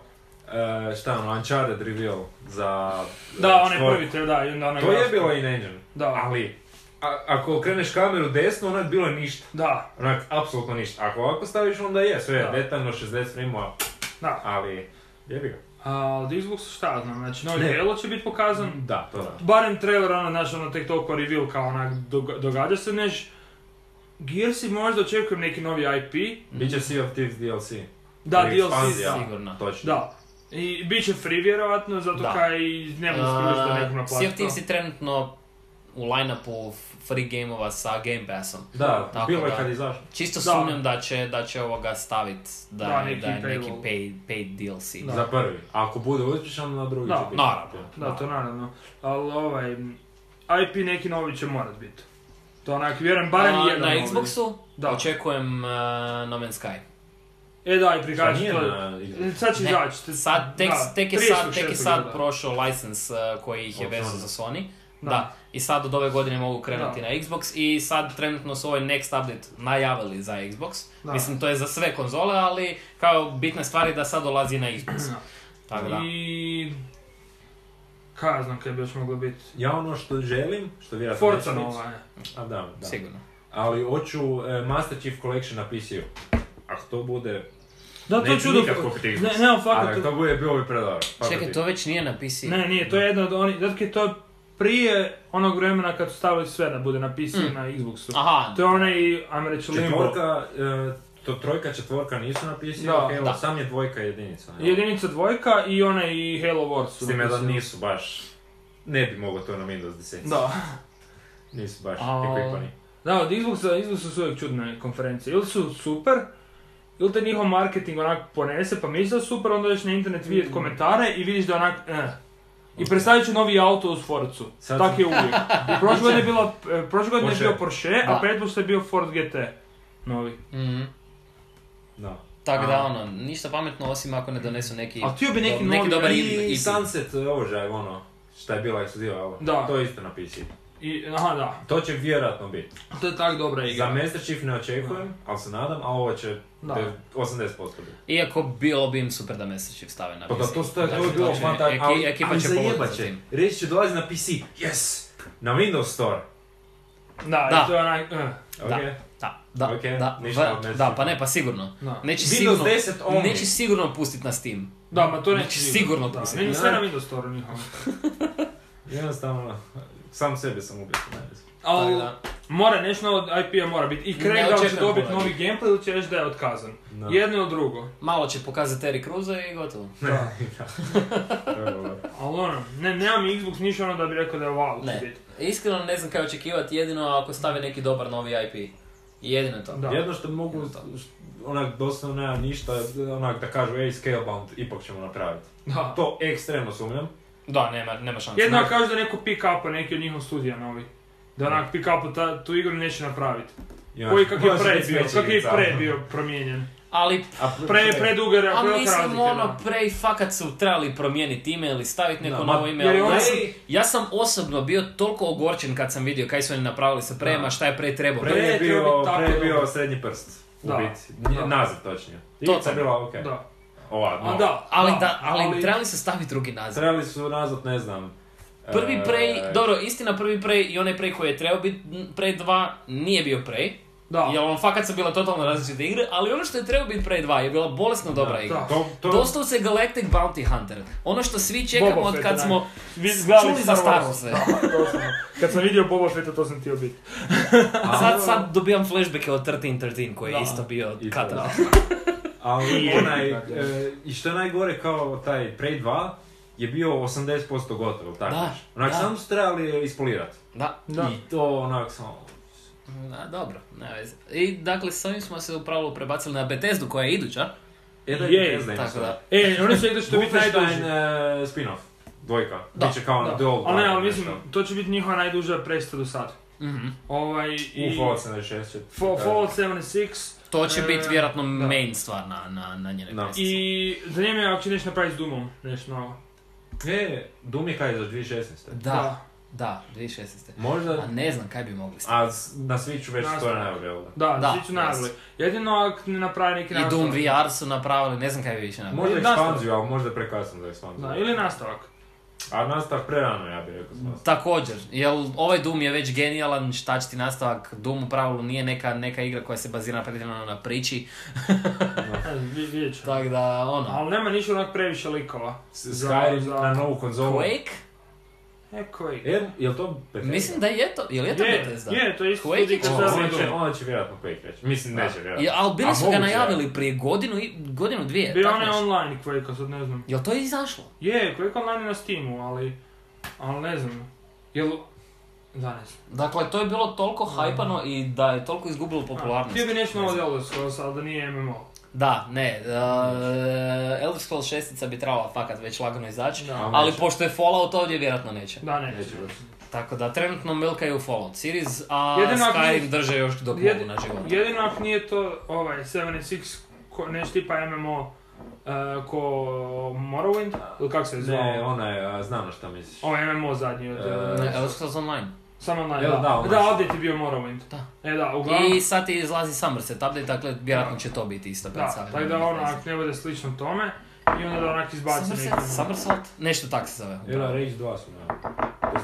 S3: e, e, šta je ono, Uncharted reveal za...
S1: Da,
S3: e,
S1: onaj
S3: četvorku.
S1: prvi tre, da, i onda onaj
S3: To je
S1: grafika.
S3: bilo in engine.
S1: Da.
S3: Ali, a- ako okreneš kameru desno, onak bilo je ništa.
S1: Da,
S3: Onak, apsolutno ništa. Ako ovako staviš, onda je, sve je
S1: Da.
S3: detaljno, 60 frimova,
S1: da.
S3: ali... Jebi ga.
S1: A od Xboxa šta ja znam, znači novi
S3: Ne.
S1: delo će biti pokazan.
S3: Da, to da.
S1: Barem trailer, ono, znaš, ono, tek toliko review kao onak, doga- događa se neš. Gearsi možda očekujem neki novi IP.
S3: Biće Sea of Thieves DLC.
S1: Da,
S3: Ili
S1: DLC,
S3: ekspanzija.
S1: da.
S2: Sigurno.
S3: Točno.
S1: Da. I bit će free vjerojatno, zato
S2: Da.
S1: kaj ne mogu skrivati što nekom
S2: A,
S1: naplatiti.
S2: Sea of Thieves je trenutno u line-upu free gameova sa Game Passom.
S3: Da,
S2: Tako
S3: bilo je
S2: da.
S3: kad izašlo.
S2: Čisto
S1: Da.
S2: sumnjam da će, da će ovoga stavit da,
S1: Da,
S2: je-
S1: neki
S2: da je neki
S1: paywall.
S2: paid, paid DLC.
S1: Da.
S3: Za prvi. Ako bude uspješan, na drugi
S1: Da,
S3: će biti.
S2: naravno.
S1: Da, to naravno. Ali ovaj, m, IP neki novi će morat biti. To onak, vjerujem, barem
S2: A,
S1: jedan
S2: na
S1: novi.
S2: Xboxu
S1: Da.
S2: očekujem uh, No Man's Sky.
S1: E da, i
S3: Šta
S1: prikaži
S3: nije
S1: to.
S3: na...
S1: Sad će
S2: Ne,
S1: izaći. te-
S2: Sad, tek,
S1: da,
S2: tek je
S1: 30.6.
S2: sad, tek je sad
S1: da.
S2: prošao license uh, koji ih je
S3: Od
S2: vezao
S3: Sony.
S2: za Sony.
S1: Da.
S2: Da. I sad od ove godine mogu krenuti
S1: Da.
S2: na Xbox i sad trenutno su ovaj next update najavili za Xbox.
S1: Da.
S2: Mislim, to je za sve konzole, ali kao bitna stvar je da sad dolazi na Xbox.
S1: Da.
S2: Tako da.
S1: I... Kaj ja znam kaj bi još moglo biti.
S3: Ja ono što želim, što vjerojatno
S1: Forza
S3: neće biti-
S1: nova je.
S3: A da, da.
S2: Sigurno.
S3: Ali hoću e, Master Chief Collection na PC-u. Ako to bude...
S1: Da, to je
S3: Neću
S1: čudo.
S3: nikad kupiti Xbox.
S1: Ne, nemam
S3: Ali
S1: fakat.
S3: ako to bude, bilo bi predobro. Fakat
S2: Čekaj,
S3: bi.
S2: to već nije na PC.
S1: Ne, nije, to je jedno od onih, zato kaj to je prije onog vremena kad su stavili sve da bude na PC
S2: Mm.
S1: na Xboxu.
S2: Aha,
S1: To je onaj, ajmo reći, limbo.
S3: Četvorka, e, to trojka, četvorka nisu na PC-u,
S1: Da,
S3: ok, evo,
S2: da.
S3: sam je dvojka jedinica. evo.
S1: Jedinica dvojka i onaj i Halo Wars. su
S3: S time
S1: na
S3: da
S1: PC-u.
S3: nisu baš... Ne bi mogao to na Windows 10.
S1: Da.
S3: Nisu baš
S2: A-
S3: ekvipani.
S1: Da, od Xboxa, Xboxa su uvijek čudne konferencije. Ili su super, ili te njihov marketing onak ponese, pa misliš da je super, onda još na internet vidjeti komentare i vidiš da onak, eh. I predstavit će novi auto uz Forcu.
S3: Sad
S1: Tak
S3: sam-
S1: je uvijek. I prošle godine je, bilo, e, prošle godine je
S3: Porsche.
S1: bio Porsche, a
S2: Da.
S1: pretpošle je bio Ford GT. Novi.
S2: mhm.
S3: Da.
S2: Tako
S3: A.
S2: da ono, ništa pametno osim ako ne donesu neki...
S1: A htio bi neki
S2: do- neki
S1: novi-
S2: dobar
S1: i-
S2: i-
S3: I
S2: i-
S3: Sunset oružaj, ono, šta je bila ekskluziva, ovo.
S1: Da.
S3: To je isto na PC.
S1: I, aha, da.
S3: To će vjerojatno biti.
S1: To je tak dobra
S3: Za
S1: igra.
S3: Master Chief ne očekujem, ali se nadam, a ovo će
S1: Da.
S3: be- 80% biti.
S2: Iako bilo bi im super da Master Chief stave na
S3: Pa
S2: PC.
S3: da, to stoje, to
S2: Dakle,
S3: je bilo
S2: će-
S3: fantastično,
S2: eki-
S3: ali,
S2: ekipa
S3: ali
S2: će pogoditi
S3: zajebat
S2: s
S3: će.
S2: tim.
S3: Reći će dolazi na PC, yes! Na Windows Store.
S1: Da,
S2: Da.
S1: i to je onak, eh.
S2: Da.
S3: Ok.
S2: Da, da,
S3: Ok,
S2: da,
S3: ništa
S2: vr-
S3: od Master
S2: da,
S3: Chiefa.
S2: pa ne, pa sigurno.
S1: Da.
S2: Neće
S3: Windows
S2: sigurno,
S3: 10 only.
S2: neće sigurno pustit na Steam.
S1: Da, ma to neće
S2: Znači, sigurno
S1: Da,
S2: pustit.
S1: meni sve na Windows Store njihovo.
S3: Jednostavno, sam sebe sam ubio.
S1: Al,
S2: da.
S1: mora nešto novo od IP-a mora biti. I Craig
S2: Ne
S1: da li će
S2: očekujem
S1: dobiti
S2: puno.
S1: novi gameplay ili će reći da je otkazan.
S3: Da.
S1: Jedno ili drugo.
S2: Malo će pokazati Terry Cruza i gotovo.
S1: Da.
S3: Evo,
S1: Ali ono, ne, nemam Xbox ništa ono da bi rekao da je wow. će
S2: Ne,
S1: biti.
S2: iskreno ne znam kaj očekivati, jedino ako stave neki dobar novi IP. Jedino to.
S1: Da.
S3: Jedno što mogu, onak, doslovno nema ništa, onak da kažu, ej, Scalebound, ipak ćemo napraviti.
S1: Da.
S3: To ekstremno sumnjam.
S2: Da, nema, nema šanse.
S1: Jedno ako kažu da neko pick up neki od njihovih studija novi. Da onak pick up ta, tu igru neće napraviti.
S3: I onak,
S1: Koji kak je
S3: koja će
S1: pre
S3: biti
S1: bio, kak je
S3: svećenica.
S1: pre bio promijenjen.
S2: Ali,
S3: A
S1: Pre, preduge re-
S2: ali
S1: velika
S2: mislim
S1: razlika.
S2: ono,
S1: da.
S2: pre i fakat su trebali promijeniti ime ili staviti neko
S3: Da, ma-
S2: novo ime.
S1: jer
S2: ali
S1: je ono-
S2: ja, sam, ja sam osobno bio toliko ogorčen kad sam vidio kaj su oni napravili sa prema, šta je pre trebao.
S3: Pre je
S1: Pre je trebao
S3: bio,
S1: biti tako
S3: pre je bio
S1: dobro.
S3: srednji prst. U
S1: Da.
S3: biti. Nije-
S1: Da.
S3: Naziv točnije.
S2: To
S3: Ivica je
S2: sam.
S3: bila ok.
S1: Da.
S3: Ova,
S1: A
S3: no.
S1: da,
S2: Ali, da, ali,
S1: ali-
S2: trebali su staviti drugi naziv.
S3: Trebali su nazvat, ne znam...
S2: Prvi
S3: e,
S2: Prey, dobro, istina prvi Prey i onaj Prey koji je trebao biti Prey 2 nije bio Prey.
S1: Da.
S2: Jer on fakat su bila totalno različite igre, ali ono što je trebao biti Prey 2 je bila bolesno dobra
S1: Da,
S2: igra.
S1: da.
S3: To, to,
S2: Doslovce Galactic Bounty Hunter. Ono što svi čekamo
S1: Boba
S2: od
S1: Fett,
S2: kad
S1: da.
S2: smo
S1: Vi-
S2: s-
S1: gledali
S2: čuli
S1: Star
S2: za Star
S1: Wars.
S2: Wars.
S1: Da, doslovno. Kad sam vidio Boba Fetta to sam htio biti.
S3: a-
S2: Sad, sad dobijam flashbacke od 1313 koji je
S1: Da.
S2: isto bio
S3: I to,
S2: katar.
S3: Ali
S1: Je.
S3: onaj,
S1: Da, da.
S3: e, i što je najgore kao taj Prey 2 je bio 80% gotov, tako
S2: Da,
S3: nešto. Onak,
S2: da.
S3: samo su trebali ispolirati.
S2: Da.
S1: Da.
S3: I to onak samo...
S2: A, dobro, ne veze. I dakle, s ovim smo se upravo prebacili na Bethesdu koja je iduća.
S3: E da
S1: Je,
S3: je, ne znam
S2: Tako da,
S1: E, oni su rekli da će to biti najduži.
S3: Wolfenstein e, spin-off, dvojka.
S2: Da,
S3: Biće kao
S1: Da.
S3: The Old
S1: Ali ne,
S3: Guard,
S1: ali mislim,
S3: nešto.
S1: to će biti njihova najduža predstava do sad.
S2: mhm.
S1: Ovaj, i...
S3: U Fallout 76 će...
S1: Fa- Fallout 76
S2: to će
S1: E,
S2: biti vjerojatno
S1: da.
S2: main stvar na, na, na njenoj
S3: Da.
S2: presici.
S1: i zanima me ako će nešto napraviti s Doomom, nešto novo.
S3: E, Doom je kaj za 2016.
S2: Da, Da, 2016. A
S3: Možda...
S2: ne znam kaj bi mogli staviti.
S3: A s- na Switchu već to je
S1: Nastavak.
S3: najbolje, jel da?
S1: Da,
S2: Da,
S1: da svi su najavili.
S2: jest.
S1: Jedino ako ne napravi neki
S2: I
S1: nastavak.
S2: Doom VR su napravili, ne znam kaj bi više napravili.
S3: Možda
S1: Ili nastavak.
S3: ekspanziju, ali možda prekasno za ekspanziju.
S1: Da, ili nastavak.
S3: A nastav prerano, ja bih rekao. s nastavak.
S2: Također, jer ovaj Doom je već genijalan, šta će ti nastavak, Doom u pravilu nije neka, neka igra koja se bazira pretjerano na priči,
S1: Ne znam, vi- vidjet ćemo.
S2: tako da ono.
S1: Ali nema ništa onak previše likova.
S3: S- Skyrim
S1: Za- za-
S3: na novu konzolu.
S2: Quake?
S1: E, koji?
S3: E, jel to Bethesda?
S2: Mislim da je to, je li je to
S1: Je,
S2: Bethesda?
S1: je, to je isto
S2: Quake
S1: studij
S2: je
S1: kao
S2: čovjek.
S1: za
S3: Ona
S1: Witcher.
S3: ono će, ona će vjerojatno Quake reći. Mislim, neće vjerojatno.
S2: Je, ali bili
S3: A
S2: su ga
S3: moguće je.
S2: najavili prije godinu, i- godinu dvije.
S1: Bio
S2: E, tako
S1: onaj
S2: nešto.
S1: online Quake, sad ne znam.
S2: Jel to je izašlo?
S1: Je, Quake online je na Steamu, ali... Ali ne znam. Jel... Da, ne znam.
S2: Dakle, to je bilo toliko hajpano i da je toliko izgubilo popularnost.
S1: Htio bi nešto
S2: Ne
S1: novo
S2: znam.
S1: djelo skoro sad, da nije MMO.
S2: Da, ne, uh, Elder Scrolls 6 bi trebala fakat već lagano izaći,
S1: Da.
S3: Ali
S2: ali
S3: neće.
S2: pošto je Fallout ovdje vjerojatno neće.
S1: Da, ne.
S3: Neće baš.
S2: Tako da trenutno milkaju Fallout series, a
S1: Jedino ako
S2: Skyrim
S1: nije-
S2: drže još dok
S1: Jed-
S2: mogu na životu.
S1: jedino ako nije to ovaj 76 ko, nešto tipa MMO eh, uh, ko Morrowind, ili kako se je zvao?
S3: Ne, ona je, a, znam na šta misliš.
S1: Ovaj MMO zadnji od...
S3: Eh,
S2: E, Ne,
S1: eh,
S2: Elder Scrolls Online.
S1: samo online,
S3: Jel,
S1: da.
S3: da,
S1: Da,
S3: ono što-
S1: ovdje ti bio Morrowind.
S2: Da.
S1: E da, uglavnom...
S2: I sad ti izlazi Somerset update, dakle vjerojatno će to biti isto pred
S1: Da,
S2: Skyrim.
S1: tako da ono, ako ne bude slično tome, i onda da onak izbaci
S2: Somerset,
S1: neki-
S2: Somerset, nešto tak se zove.
S3: Jel, a Rage 2 su na...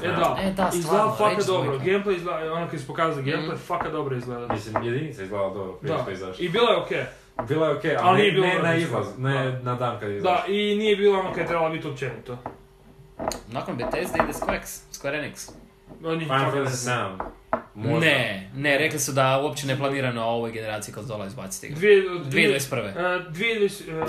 S1: E da,
S2: E, da, stvarno,
S1: izgleda fakat
S2: reći
S1: dobro,
S2: dvojka. Mhm.
S1: gameplay izgleda, ono kad su pokazali gameplay, fakat dobro izgleda.
S3: Mislim, jedinica izgledala dobro prije
S1: Da,
S3: što je izašla.
S1: i bilo je okej.
S3: Bila je okej,
S1: Ali
S3: ali
S1: nije
S3: ne,
S1: bilo
S3: ne na
S1: vrhunski.
S3: izlaz, ne na dan kad je izašla.
S1: Da, i nije bilo ono kad je trebalo biti općenito.
S2: Nakon Bethesda ide Square, Enix- Square Enix.
S1: Od njih
S3: Final
S1: fakat ne
S3: Fantasy
S1: znam.
S3: 7.
S2: Ne, ne, rekli su da uopće ne planirano ovoj generaciji konzola izbaciti igru.
S1: Dvije- od dvije-
S2: 2021.
S1: Uh, 2020, uh,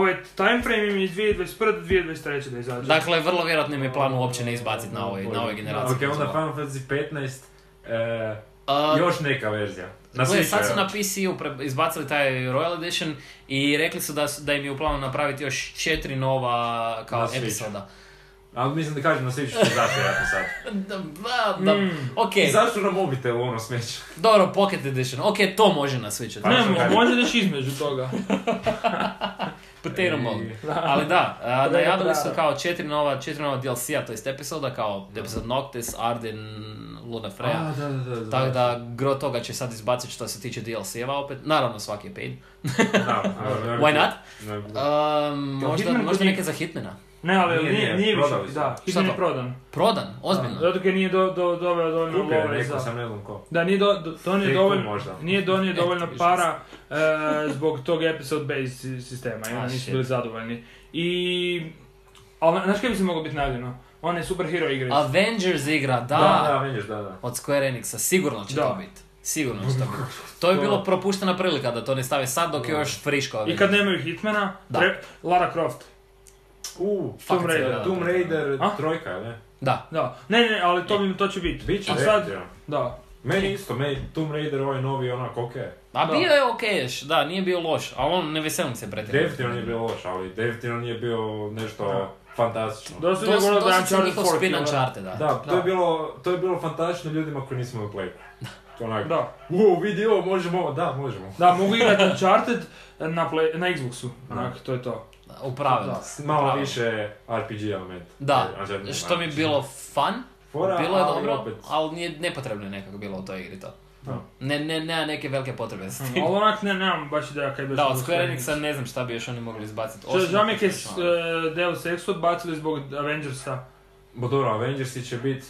S1: ovaj time frame im je iz 2021. do 2023. da izađe.
S2: Dakle, vrlo vjerojatno im je plan uopće ne izbaciti na ovoj, na ovoj generaciji.
S3: Ok, onda
S2: konzola.
S3: Final Fantasy 15, e,
S2: A,
S3: još neka verzija. Na
S2: Gle,
S3: Switchu,
S2: sad su
S3: jel?
S2: na PC-u pre- izbacili taj Royal Edition i rekli su da, su- da im je u planu napraviti još četiri nova kao
S3: Na Switchu.
S2: epizoda.
S3: Ali mislim da kažem na Switchu što zašto ja to sad.
S2: Da, da, da.
S1: Mm.
S2: Ok,
S3: Hmm. I zašto na mobitelu ono smeće?
S2: dobro, Pocket Edition, ok, to može na Switchu.
S1: Ne,
S3: Pa,
S1: mo-
S3: kažem.
S1: može daš između toga.
S2: Potato mode.
S3: I-
S2: Ali da, a,
S1: Da,
S2: najavili
S1: da.
S2: su kao četiri nova, četiri nova DLC-a, to jest epizoda kao epizod Noctis, Arden, Luna Freya.
S3: A, znači. da, da, da.
S2: Tako da, gro toga će sad izbaciti što se tiče DLC-eva opet. Naravno, svaki je paid.
S3: Da, da, da.
S2: Why not?
S3: Ne, da.
S2: Um, možda,
S1: Hitman
S2: možda
S1: kod njih-
S2: neke za Hitmana.
S1: Ne, ali
S3: Nije,
S1: nije,
S3: nije,
S1: nije,
S3: prodali
S1: više,
S3: su.
S1: da,
S2: Šta
S1: Hitman je
S2: to?
S1: prodan.
S2: Prodan, ozbiljno.
S1: Zato kaj nije do, do, doveo dovoljno
S3: Kupio je
S1: love
S3: neko,
S1: za...
S3: sam ne znam ko.
S1: Da, nije, do, do, donio
S3: Tek tu
S1: dovoljno,
S3: možda.
S1: nije donio
S2: E,
S1: dovoljno
S2: vidiš.
S1: para e, zbog tog episode based si- sistema i
S3: Ah,
S2: A,
S1: oni nisu
S2: shit.
S1: bili zadovoljni. I... Ali znaš kaj bi se moglo biti najavljeno? One superhero igre.
S2: Avengers igra, da,
S3: Da, da, vidiš, da, da.
S2: od Square Enixa, sigurno će
S1: Da.
S2: to biti. Sigurno će to biti. To je bilo propuštena prilika da to ne stave sad dok je još friško.
S1: I kad nemaju Hitmana,
S2: Da.
S1: re- Lara Croft.
S3: U,
S2: Fuck,
S1: Tomb Raider,
S2: da,
S3: Tomb
S2: da.
S3: Raider
S1: A?
S3: trojka, ne?
S2: Da.
S1: Da, ne, ne, ali to, bi, to će biti.
S3: Biće,
S1: A
S3: sad...
S1: sad, da.
S3: Meni isto, meni Tomb Raider ovaj novi onak okej.
S2: A
S1: Da.
S2: bio je okej još, da, nije bio loš, ali on ne veselim se pretjerano.
S3: Definitivno nije bio loš, ali definitivno nije bio nešto fantastično.
S1: Dosta je
S2: Dosta
S1: govorilo da je
S2: dosta se
S1: Uncharted
S2: njihov
S1: 4
S2: spin
S1: killer.
S2: Uncharted, da.
S3: Da, to je
S1: Da.
S3: bilo, to je bilo fantastično ljudima koji nismo u playu. Onak, da.
S1: Da,
S3: Wow, vidi ovo, možemo ovo, da, možemo.
S1: da, mogu igrati Uncharted na, play, na Xboxu, onak, to je to.
S2: Da, U pravilu.
S1: Da.
S3: S Malo
S2: Pravo.
S3: više RPG element.
S2: Da,
S3: E, Uncharted nema
S2: što mi je
S3: više.
S2: bilo fun,
S3: Fora,
S2: bilo je
S3: ali
S2: dobro,
S3: opet.
S2: ali nije nepotrebno je nekako bilo u toj igri to.
S3: Da.
S2: Ne, ne, nema neke velike potrebe za
S1: Ono, Ali
S2: tim.
S1: onak ne, nemam baš ideja kaj bi
S2: Da, od Square Enixa ne znam šta bi još oni mogli izbaciti.
S1: Što
S2: osim ono.
S1: žao mi je kaj
S2: nekih
S1: s-
S2: članova.
S1: e, Deus Ex odbacili zbog Avengersa.
S3: Bo dobro, Avengersi će biti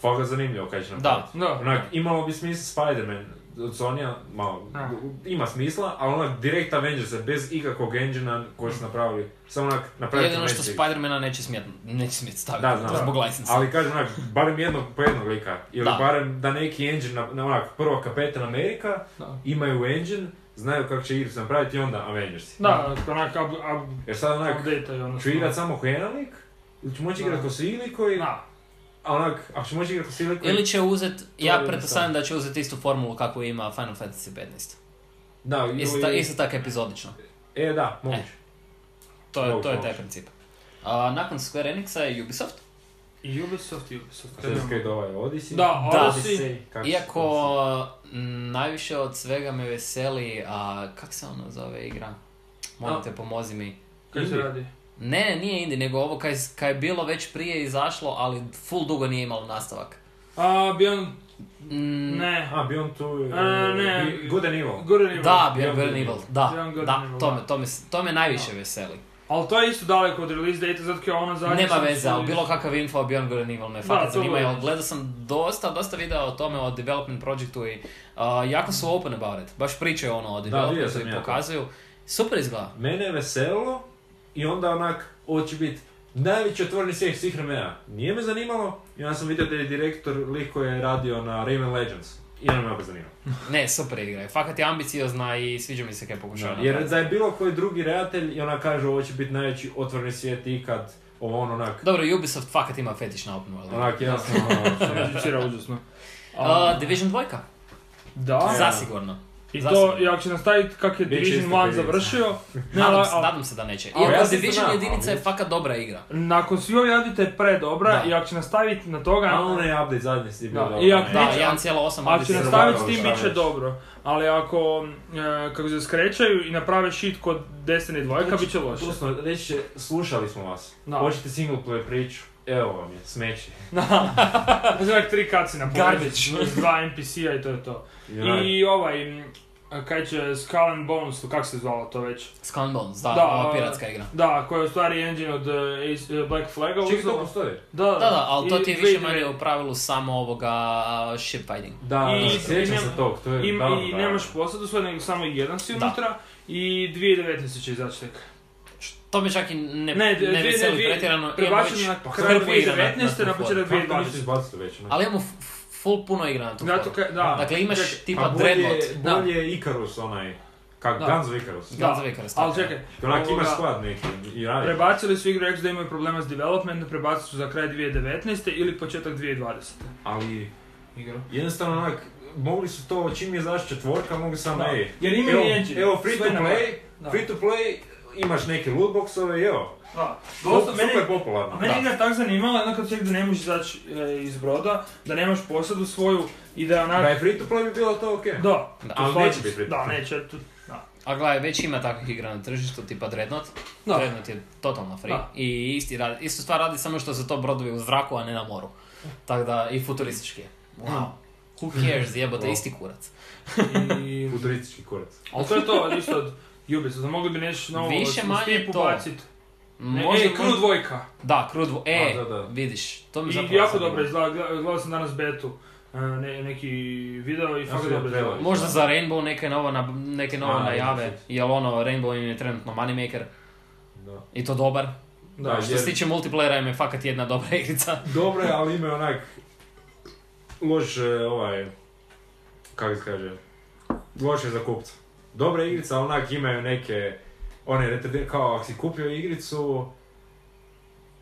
S3: fakat zanimljivo kaj će
S2: Da,
S3: napraviti.
S1: Da.
S3: Onak, imalo bi smisla Spider-Man od Sonja, malo,
S1: Da.
S3: ima smisla, ali onak direkt Avengers bez ikakvog engine koji su napravili, samo onak napraviti
S2: Jedino što
S3: Avengers.
S2: Spider-Mana neće smjet, neće smjet staviti,
S3: Da, znam.
S2: to zbog licensa.
S3: Ali kažem onak, barem jednog po jednog lika, ili
S2: Da.
S3: barem da neki engine, na, na onak, prvo Kapetan Amerika,
S1: Da.
S3: imaju engine, znaju kako će igru se napraviti i onda Avengersi.
S1: Da, onak up, up,
S3: Jer sad onak,
S1: update je ono.
S3: ću igrat samo ko jedan lik, ili ću moći
S1: Da.
S3: igrat ko svi likovi,
S1: Da,
S3: a onak, ako ću moći igrat ko svi likovi,
S2: Ili će uzet, ja
S3: je
S2: pretpostavljam da će uzeti istu formulu kakvu ima Final Fantasy 15.
S3: da, ili,
S2: Isto, ta, isto tako epizodično.
S3: e da, moguće.
S2: To je,
S3: Moguće,
S2: to je taj
S3: moguće.
S2: princip. A, nakon Square Enixa je Ubisoft,
S1: i Ubisoft, i Ubisoft.
S3: A sad skaj ovaj Odyssey.
S1: Da,
S2: Da.
S1: Odyssey.
S3: Kako se
S2: iako
S3: zove?
S2: m, najviše od svega me veseli, a kak se ono zove igra? Molim
S1: A.
S2: te, pomozi mi.
S1: Kaj se
S3: Indie.
S1: radi?
S2: Ne, ne, nije indie, nego ovo kaj, kaj je bilo već prije izašlo, ali full dugo nije imalo nastavak.
S1: A, Beyond...
S2: Mm,
S1: Ne.
S3: A, Beyond Two...
S1: A, ne.
S3: e, Bi- Good and Evil.
S1: Good and Evil.
S2: Da,
S3: Beyond
S2: Beyond Good and
S3: Evil.
S2: Evil, da,
S1: Beyond Good and
S2: da,
S1: Evil,
S2: to
S1: da.
S2: me, to me, to me najviše veseli.
S1: Ali to je isto daleko od release date, zato kao ono ona zadnja...
S2: Nema
S1: sam
S2: veze,
S1: se-
S2: ali bilo kakav info o Beyond Good and Evil me
S1: Da,
S2: fakat
S1: to
S2: zanima.
S1: je.
S2: jer Gledao sam dosta, dosta videa o tome, o development projectu i uh, jako su open about it. Baš pričaju ono o
S3: vidio sam
S2: developmentu i
S3: ja to.
S2: pokazuju. Super izgleda.
S3: Mene je veselilo i onda onak, ovo će biti najveći otvoreni svijek svih vremena. Nije me zanimalo i onda sam vidio da je direktor lik koji je radio na Raven Legends. I onda me opet zanimalo.
S2: Ne, super igra je. Fakat je ambiciozna i sviđa mi se kaj pokušava.
S3: Znači, Jer
S2: napraviti.
S3: da je bilo koji drugi redatelj i ona kaže ovo će biti najveći otvoreni svijet ikad, ovo ono onak,
S2: Dobro, Ubisoft fakat ima fetiš na open world.
S3: onak jasno ono,
S1: Sam
S3: što-
S1: režisirao užasno.
S2: Uh, Division 2
S1: Da.
S2: zasigurno.
S1: I to,
S2: zasigurno.
S1: i ako će nastaviti kak je
S3: Bit će
S1: Division
S3: isto
S1: 1
S3: pet.
S1: završio, ne,
S2: Nadam
S1: ali-
S2: se,
S1: ali-
S2: nadam se da neće.
S3: Ali
S2: Iako
S3: ja se
S2: Division
S3: znam,
S2: jedinica
S3: ali-
S2: je fakat dobra igra.
S1: nakon svi ovi radite je predobra
S2: Da.
S1: i ako će nastaviti na toga,
S3: A onaj update zadnji si bio
S1: Da,
S3: dobar,
S1: iako-
S3: ne.
S2: Da,
S1: Neće,
S2: 1.8
S1: Ako će
S2: ambiciozna.
S1: nastaviti s
S3: Završavaju,
S1: tim, bit će
S3: završavaju.
S1: dobro. Ali ako, e, kako se skrećaju i naprave shit kod Destiny 2,
S3: Znači,
S1: bit će loše.
S3: Odnosno, reći će, slušali smo vas,
S1: Da.
S3: hoćete single player priču, evo vam je, smeće.
S1: Znači, tri kacina
S2: Garbage.
S1: s dva NPC-a i to je to.
S3: I...
S1: I ovaj, m, kaj će Skull and Bones, kako se zvalo to već?
S2: Skull and Bones, da,
S1: Da,
S2: ova
S1: a-
S2: piratska igra.
S1: Da, koja je u stvari engine od e, Ace- e, Black Flaga
S3: Čekaj, to
S1: uzela.
S3: postoji?
S1: Da, da,
S2: Da, da, ali to
S1: I
S2: ti je više
S1: dve-
S2: manje u pravilu samo ovoga uh, ship fighting.
S3: Da,
S1: I-
S3: da, sjećam
S1: i
S3: se
S1: nema-
S3: tog, to je
S1: I,
S3: davno,
S1: i
S3: davno.
S1: nemaš posadu svoj, nego samo jedan si
S2: Da.
S1: unutra i 2019 će izaći tek.
S2: To me čak i
S1: Ne,
S2: ne, ne,
S1: dvije- dvije-
S2: veseli
S1: dvije-
S2: pretjerano. imamo već
S1: Prebačeno
S3: Pa
S1: na
S2: hrpu
S1: kraj
S2: igra
S1: 2019. na
S2: tu
S1: početak
S2: foru.
S3: Kako to niste
S1: 2020.
S3: izbacili već? ne?
S2: Ali imamo f- f- full puno igra na tu
S1: Zato
S2: foru.
S1: kaj, da.
S2: Dakle, imaš
S1: Čekaj,
S2: tipa
S3: A pa bolje-
S2: Dreadnought. da.
S3: Bolje je Icarus onaj, kak
S1: Da.
S3: Guns of Icarus. Znači,
S1: Da,
S2: Guns of Icarus,
S1: ali
S2: tako je.
S1: čekaj.
S3: Onak imaš
S1: ovoga-
S3: sklad neki i radi.
S1: Prebacili su igru, rekli da imaju problema s developmentom, prebacili su za kraj 2019. ili početak 2020.
S3: Ali
S1: igru.
S3: jednostavno onak, mogli su to, čim je zašla četvorka, mogli samo
S1: Da.
S3: ej.
S1: Jer imaju
S3: evo-
S1: engine,
S3: Evo free to
S1: sve na
S3: play,
S1: Da.
S3: free to play, imaš neke lootboxove i evo.
S1: Da, dosta,
S3: Dosta,
S1: meni,
S3: super popularno.
S1: meni
S2: Da.
S1: igra tak zanimala, jedno kad čak da ne možeš izaći e, iz broda, da nemaš posadu svoju i da
S3: Da
S1: onak...
S3: je free to play bi bilo to okej.
S1: Da,
S2: Da,
S3: ali
S1: to je-
S3: neće biti free to
S1: Da,
S3: play.
S1: neće, tu, da.
S2: A gledaj, već ima takvih igra na tržištu, tipa Dreadnought.
S1: Da.
S2: Dreadnought je totalno free.
S1: Da.
S2: I isti radi, istu stvar radi samo što su to brodovi u zraku, a ne na moru. Tako da, i futuristički je.
S1: Mm.
S2: Wow. Who cares, jebote,
S3: Wow.
S2: isti kurac.
S1: I...
S3: Futuristički kurac.
S1: Ali to je to, isto od Ubisofta, mogli bi nešto novo
S2: Više
S1: u
S2: manje
S1: Steepu
S2: to.
S1: bacit. Ne,
S2: Možda-
S1: Ej, Crew dvojka.
S2: Da, Crew dvo- E,
S3: A, da, da.
S2: vidiš, to mi
S1: I
S2: zapravo
S1: jako
S2: zanima.
S1: dobro izgleda, Gle- gledao sam danas betu. e, Ne, neki video i
S3: Ja
S1: fakat
S3: sam
S1: dobro
S3: gledao.
S1: izgleda.
S2: Možda za Rainbow neke novo, na, neke novo
S3: A,
S2: najave,
S3: Rainbow Six.
S2: jer ono, Rainbow im je trenutno moneymaker
S3: Da.
S2: i to dobar.
S3: Da,
S2: Što se tiče multiplayera im je fakat jedna dobra igrica.
S3: Dobro je, ali imaju onak loš e, ovaj, kako se kaže, loše za kupca. Dobra igrica, ali onak imaju neke, one retardir, kao ako si kupio igricu,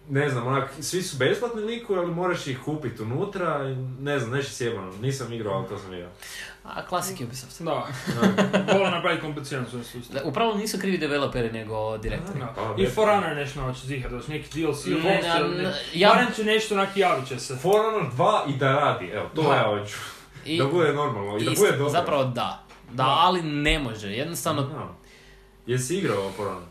S3: ne znam, onak, svi su besplatni liku, ali moraš ih kupiti unutra, i ne znam, nešto sjebano, nisam igrao, ali to sam igrao.
S2: A, klasik Ubisoft.
S1: Da,
S3: Onak,
S1: volim napraviti kompliciran svoj sustav.
S2: Da, Upravo nisu krivi developeri, nego direktori.
S1: Da.
S3: Hvala
S1: I
S3: lijepo.
S1: Forerunner nešto noć zihar, doći neki DLC,
S2: Ne,
S1: ne,
S2: ne,
S1: ne,
S2: ne,
S1: ne,
S2: ja-
S1: Barem će nešto onak javit će se.
S3: Forerunner 2 i da radi, evo, to
S2: Da.
S3: ja hoću.
S2: I,
S3: Da bude normalno i da
S2: isto,
S3: bude dobro.
S2: Zapravo da. Da,
S1: Da.
S2: ali ne može. Jednostavno,
S3: Da. Jesi igrao Forerunner?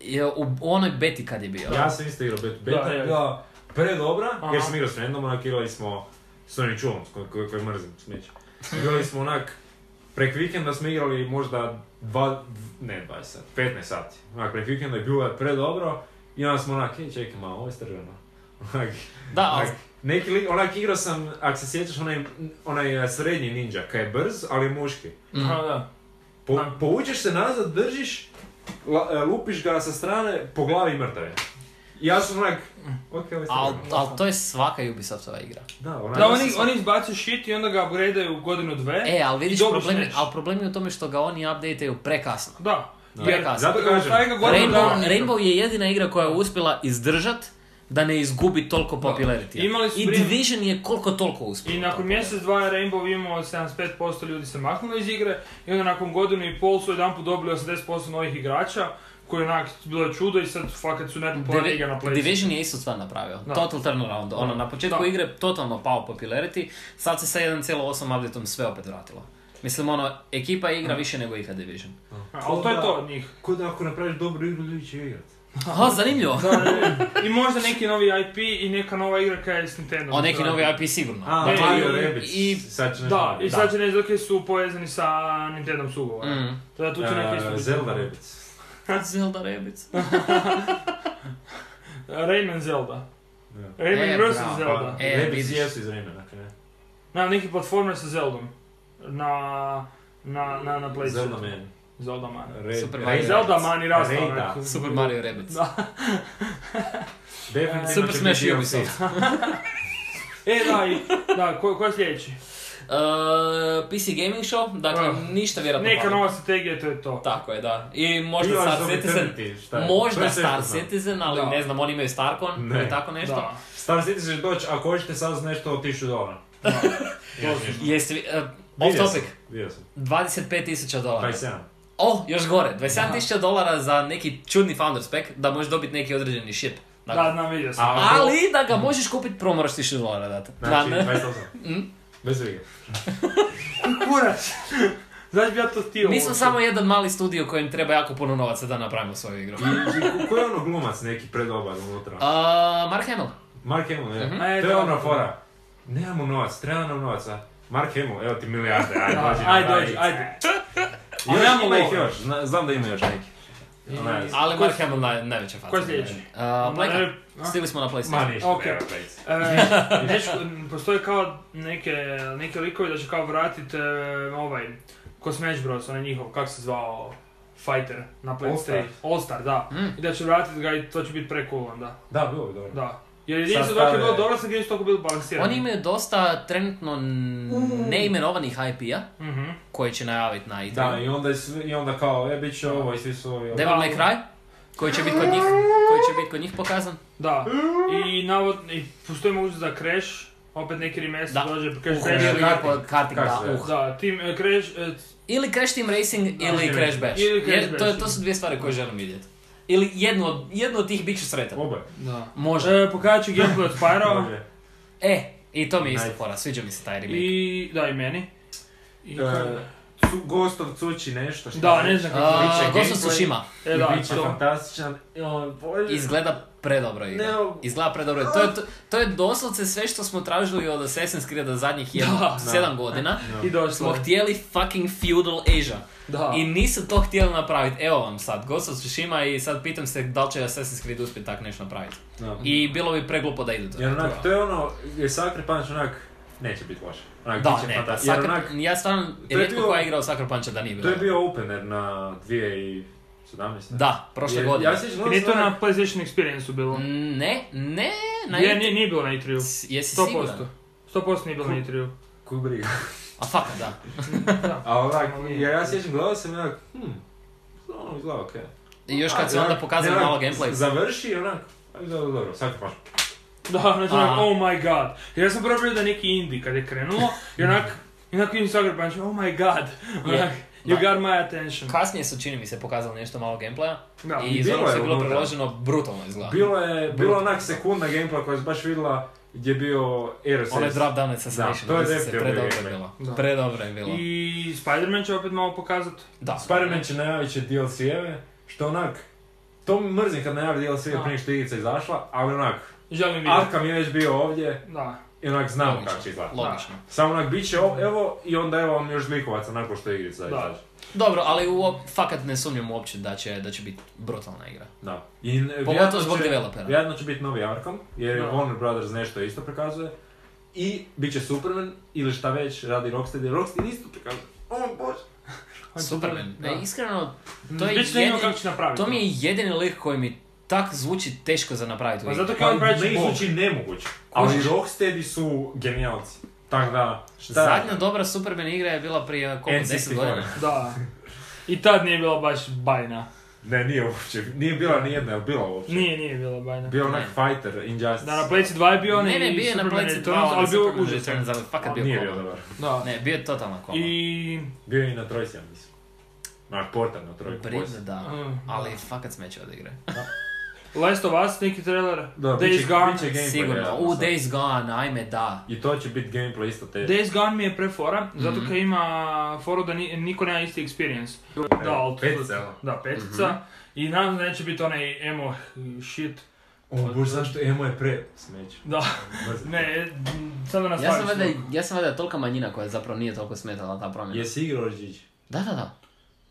S2: je u onoj beti kad je bio.
S3: Ja sam isto igrao bet, beta,
S1: Da,
S3: je
S1: ja.
S3: bila predobra,
S1: Aha.
S3: jer sam igrao s friendom, onak igrali smo s onim čulom s koj- koj- koji mrzim smeće. Igrali smo onak, prek vikenda smo igrali možda dva, ne 20 sat, 15 sati. Onak, prek vikenda je bilo je predobro i onda smo onak, ej čekaj malo, ovo je strgano. Onak,
S2: Da, ali
S3: onak, neki lik, onak igrao sam, ako se sjećaš, onaj, onaj eh, srednji ninja, kaj je brz, ali je muški.
S2: Mhm.
S1: Aha, da.
S3: Po,
S1: Da.
S3: povučeš se nazad, držiš, la- eh, lupiš ga sa strane, po glavi mrtav je. I Ja sam onak, ok, ovo je
S2: al,
S3: sigurno.
S2: al to je svaka Ubisoftova igra.
S3: Da,
S2: Pa
S3: onak,
S1: Da, oni, oni izbacuju shit i onda ga upgradeaju godinu dve.
S2: E, ali vidiš,
S1: dobro
S2: problem, je-
S1: smeš.
S2: al problem je u tome što ga oni updateaju prekasno.
S1: Da.
S2: Da.
S1: Jer,
S2: Prekasno.
S3: Zato kažem,
S1: stavi ga godinu
S2: Rainbow,
S1: dana.
S2: Rainbow je jedina igra koja je uspjela izdržat da ne izgubi toliko popularity.
S1: Imali su
S2: I
S1: vrijeme-
S2: Division je koliko toliko uspjela.
S1: I nakon mjesec, dva je Rainbow imao 75% ljudi se maknulo iz igre i onda nakon godinu i pol su jedanput dobili 80% novih igrača koji onak bilo je čudo i sad fakat su najpopularnija igra na
S2: Divi-
S1: PlayStation.
S2: Division je istu stvar napravio.
S1: Da.
S2: Total turnaround. Ono, na početku
S1: Da.
S2: igre totalno pao popularity, sad se sa 1.8 updateom sve opet vratilo. Mislim, ono, ekipa igra više nego ikad Division.
S1: Ali to je to od njih.
S3: Ko da ako napraviš dobru igru, ljudi će igrat.
S2: Aha, zanimljivo.
S1: Da, da, da. I možda neki novi IP i neka nova igra kaj je s Nintendo.
S2: O, neki novi IP sigurno.
S3: A,
S1: Ne,
S3: Mario
S1: i-
S3: Rabbids,
S2: i-
S3: sad će nešto-
S1: Da, i
S2: Da.
S1: sad će ne znam kaj su povezani sa Nintendom su ugovora.
S2: Mm.
S1: Tada tu će neki
S3: Eh,
S1: isto biti.
S3: Zelda Rabbids.
S2: Zelda Rebic.
S1: Rayman Zelda.
S3: Da. Pa,
S1: Rayman
S2: E,
S1: vs.
S2: bravo.
S1: Zelda.
S2: E,
S3: Rabbids
S2: vidiš.
S3: jesu iz dakle. vremena, kaj ne?
S1: Na, neki platformer sa Zeldom. Na... Na, na, na PlayStation.
S3: Zelda Man.
S1: Zelda man.
S3: Red-
S2: Super
S3: Red-
S2: Mario.
S1: Zelda znači, man i rasta.
S3: Reda.
S1: onako.
S2: Super Mario Rebic.
S1: Da.
S3: Definitivno
S2: Super
S3: će
S2: Smash
S3: biti
S2: Ubisoft.
S3: DLC.
S1: E, da, i, da, ko, ko je sljedeći?
S2: Uh, PC Gaming Show, dakle,
S1: Ah.
S2: ništa vjerojatno
S1: Neka
S2: pametno.
S1: nova strategija, to je to.
S2: Tako je, da. I možda
S3: Heroes
S2: Star
S3: of
S2: Citizen.
S3: Eternity, šta je? To
S2: Možda
S3: je sve
S2: Star
S3: što znam.
S2: Citizen, ali
S1: Da.
S2: ne znam, oni imaju Starcon
S3: Ne.
S2: ili tako nešto.
S1: Da.
S3: Star Citizen će doći, ako hoćete sad nešto od 1000 dolara.
S2: Jeste, vi- uh, off
S3: Vidio sam,
S2: topic, Pa
S3: Vidio sam.
S2: 25.000 dolara.
S3: 27.
S2: O, još gore, 27.000 dolara za neki čudni founders pack da možeš dobiti neki određeni ship. Dakle,
S1: Da, znam, vidio sam.
S3: A-
S2: ali da ga možeš kupiti prvo moraš 1000 dolara dati.
S3: Znači,
S2: Da, ne.
S3: 28. Bez vige.
S1: Kurac! Znaš bi ja to htio.
S2: Mi smo
S1: uopće.
S2: samo jedan mali studio kojem treba jako puno novaca da napravimo svoju igru.
S3: Ko je ono glumac neki predobar unutra?
S2: A, Mark Hamill.
S3: Mark Hamill, je.
S1: Mhm. E,
S3: To je
S1: to-
S3: ona fora. Nemamo novac, treba nam novaca. Mark Hamill, evo ti milijarde, ajde,
S1: Da,
S3: dođi.
S1: Ajde,
S3: napravi.
S1: dođi, ajde.
S3: Još
S1: Ali nemamo
S3: ima ih
S1: love.
S3: još, zna- znam da ima još neki. Onaj,
S2: Ali
S1: Ko je-
S2: Mark Hamill naj, najveća faca.
S1: Ko je sljedeći?
S2: Uh, Blackout. Stigli smo na PlayStation.
S3: Ma ništa,
S1: Ok.
S3: evo, pejci.
S1: E, neš- postoji kao neke, neke likovi da će kao vratit e, ovaj, ko Smash Bros, onaj njihov, kak se zvao, Fighter na
S3: All
S1: PS3.
S3: Star.
S1: All Star, da.
S2: Mm.
S1: I da će vratit ga i to će biti precool onda,
S3: Da, bilo bi dobro.
S1: da. Jer jedinice
S3: Sad
S1: dok je
S3: stave-
S1: bilo dobro, sam jedinice toliko bili balansirani.
S2: Oni imaju dosta trenutno n- neimenovanih IP-a
S1: Mhm.
S2: koje će najaviti na E E3.
S3: Da, i onda, je sve- i onda kao, e, bit će ovo i svi su ovi.
S2: Devil May Cry, koji će biti kod njih, koji će biti kod njih pokazan.
S1: Da. I, navod, i postoji mogućnost za Crash, opet neki remaster
S2: Da.
S1: dođe, pa
S2: Uh,
S1: Crash
S2: koji je
S1: Bandicoot.
S3: karting.
S2: lijepo karting,
S3: Kako se
S2: da.
S3: zove?
S2: Uh.
S1: Da, tim e, Crash, e,
S2: Ili Crash Team Racing ili
S3: Team
S2: Crash
S3: Racing.
S2: Bash.
S1: Ili Crash
S2: Jer, to, je-
S1: Bash.
S2: to su dvije stvari koje želim vidjeti. Ili jednu od, jednu od tih bit ću sretan.
S3: Oboje.
S1: da.
S2: Može.
S1: E, pokazat ću gameplay od Spyro
S3: Oboje.
S2: E, i to mi je isto
S3: Nice.
S2: fora, sviđa mi se taj remake.
S1: i da i meni. I
S3: E, Cu- Ghost of Tsuchi nešto što
S1: Da, ne znam kako
S2: A,
S1: biće
S2: Ghost of
S1: gameplay.
S2: Tsushima
S1: E da,
S3: biće
S1: to.
S3: fantastičan. E, o, Bože.
S2: izgleda predobro igra.
S3: Ne, o-
S2: Izgleda predobro. To je, to, to je doslovce sve što smo tražili od Assassin's Creed zadnjih jedno,
S1: Da.
S2: sedam godina.
S1: I
S2: Smo
S1: došlo.
S2: htjeli fucking feudal Asia.
S3: Pa.
S1: Da.
S2: I nisu to htjeli napraviti. Evo vam sad, Ghost of Tsushima i sad pitam se da li će Assassin's Creed uspjeti tak nešto napraviti.
S3: Da.
S2: I bilo bi preglupo da idu to.
S3: Jer onak, to je ono, je Sakre Punch onak, neće biti loše. Onak,
S2: Da,
S3: bit će
S2: ne, da,
S3: fantastičan. Jer
S2: Sucker-
S3: onak,
S2: ja stvarno,
S3: to je
S2: rijetko
S3: bio-
S2: koja je igra u Sucker Puncha da nije
S3: to
S2: bilo.
S3: je bio opener na 2017.
S2: Da, prošle
S3: Jer
S2: godine.
S3: Ja se sjećam,
S1: Nije to
S3: onak-
S1: na PlayStation Experience bilo.
S2: Ne, ne, na
S1: Je,
S2: E3.
S1: nije, nije bilo na E E3-u.
S2: Jesi
S1: 100%.
S2: siguran?
S1: 100% nije bilo na E E3-u.
S3: Kuj briga.
S2: A fakat da.
S1: Da.
S3: A onak,
S1: Samo nije.
S3: jer ja se sjećam, gledao sam i onak, hm, ono izgleda okej.
S2: I još
S3: A,
S2: kad su
S3: onak,
S2: onda pokazali
S3: ne, onak,
S2: malo gameplay.
S3: Završi i onak, ajde, dobro, dobro, Sakre Punch.
S1: Da, znači
S2: Aha.
S1: onak, oh my god. Jer ja sam prvo vidio da je neki indie kad je krenulo i onak, i onak vidim Sucker Punch, oh my god. Onak, you
S2: Da.
S1: got my attention.
S2: Kasnije su čini mi se pokazali nešto malo gameplaya.
S1: Da.
S2: I
S3: i
S2: iz
S3: bilo
S2: onog
S3: je
S2: se bilo
S3: unutra.
S2: preloženo brutalno izgleda.
S3: Bilo je, bilo je onak sekunda gameplay koja se baš vidjela gdje je bio RSS.
S2: Ono je drop down assassination.
S3: Da, to je
S2: Mislim se,
S3: definitivno
S2: Predobro je
S3: gameplay.
S2: bilo.
S1: Da.
S2: Predobro je bilo.
S1: I Spider-Man će opet malo pokazat.
S2: Da.
S3: Spider-Man će najavit će DLC-eve, što onak, to mi mrzim kad najavi DLC-eve
S1: Da.
S3: prije što je igrica izašla, ali onak,
S1: Želim vidjeti.
S3: Arkham je već bio ovdje
S1: Da.
S3: i onak znamo
S2: Logično.
S3: kako će izgledati.
S2: Logično.
S3: Samo onak, bit će ovo, evo, i onda evo vam još likovaca nakon što je igrica
S1: Da.
S3: izađe.
S2: Dobro, ali uop, fakat ne sumnjam uopće da će, da će biti brutalna igra.
S3: Da. I n- vjerojatno
S2: Pogotovo zbog
S3: će-
S2: developera.
S3: Vjerojatno će biti novi Arkham, jer
S1: Da.
S3: Warner Brothers nešto isto prikazuje. I bit će Superman, ili šta već radi Rocksteady, jer Rocksteady isto prikazuje. O bože!
S2: Superman.
S1: Da.
S2: E, iskreno, to je
S1: Već ne vidimo
S2: jedini-
S1: kako će napraviti.
S2: to mi je jedini lik koji mi tak zvuči teško za napraviti u
S1: Pa
S2: igri.
S1: zato kao
S3: Pa
S1: on pravi
S3: meni
S1: bog.
S3: zvuči nemoguće. Ali
S2: Kužiš?
S3: Rocksteady su genijalci. Tako da, šta
S2: Zadnja dobra Superman igra je bila prije koliko, 10
S3: N64.
S2: godina?
S1: Da. I tad nije bila baš bajna.
S3: Ne, nije uopće, nije bila ni jedna, je li bila uopće?
S1: Nije, nije bila bajna.
S3: Bio
S2: Ne.
S3: onak fighter, Injustice.
S1: Da, pa na Playci 2 je bio onaj
S2: Ne, ne, bio je na
S1: Superman
S2: Playci 2,
S1: Returns,
S2: onaj
S1: ali bio
S2: Superman
S1: užasan.
S2: Returns, ali fakat bio
S3: Pa Nije bio
S2: kolan.
S3: dobar.
S1: Da.
S2: Ne, bio je totalna koma.
S1: I...
S3: Bio je i na trojci, ja mislim. Na portan na trojku.
S2: Briga,
S3: poslije.
S2: da.
S1: Mm.
S2: Ali fakat smeće od igre.
S1: Last of Us, neki trailer,
S3: Da, bit
S1: Days
S3: će-
S1: Gone.
S3: bit će gameplay,
S2: Sigurno.
S3: realno
S2: U,
S3: sad.
S2: Days Gone, ajme, da.
S3: I to će biti gameplay isto te.
S1: Days Gone mi je prefora,
S3: Mhm.
S1: zato kad ima foru da ni- niko nema isti experience. Da, ali to-
S3: petica, Mhm. jel?
S1: Da, petica. I nadam se da neće biti onaj emo shit.
S3: O, bož, zašto emo je pre smeće.
S1: Da,
S3: Mrzim.
S1: ne, e, m, sad da
S2: Ja
S1: nastaviš.
S2: sam valjda, ja sam valjda tolika manjina koja zapravo nije toliko smetala ta promjena.
S3: Jesi igrao Orđić?
S2: Da, da, da.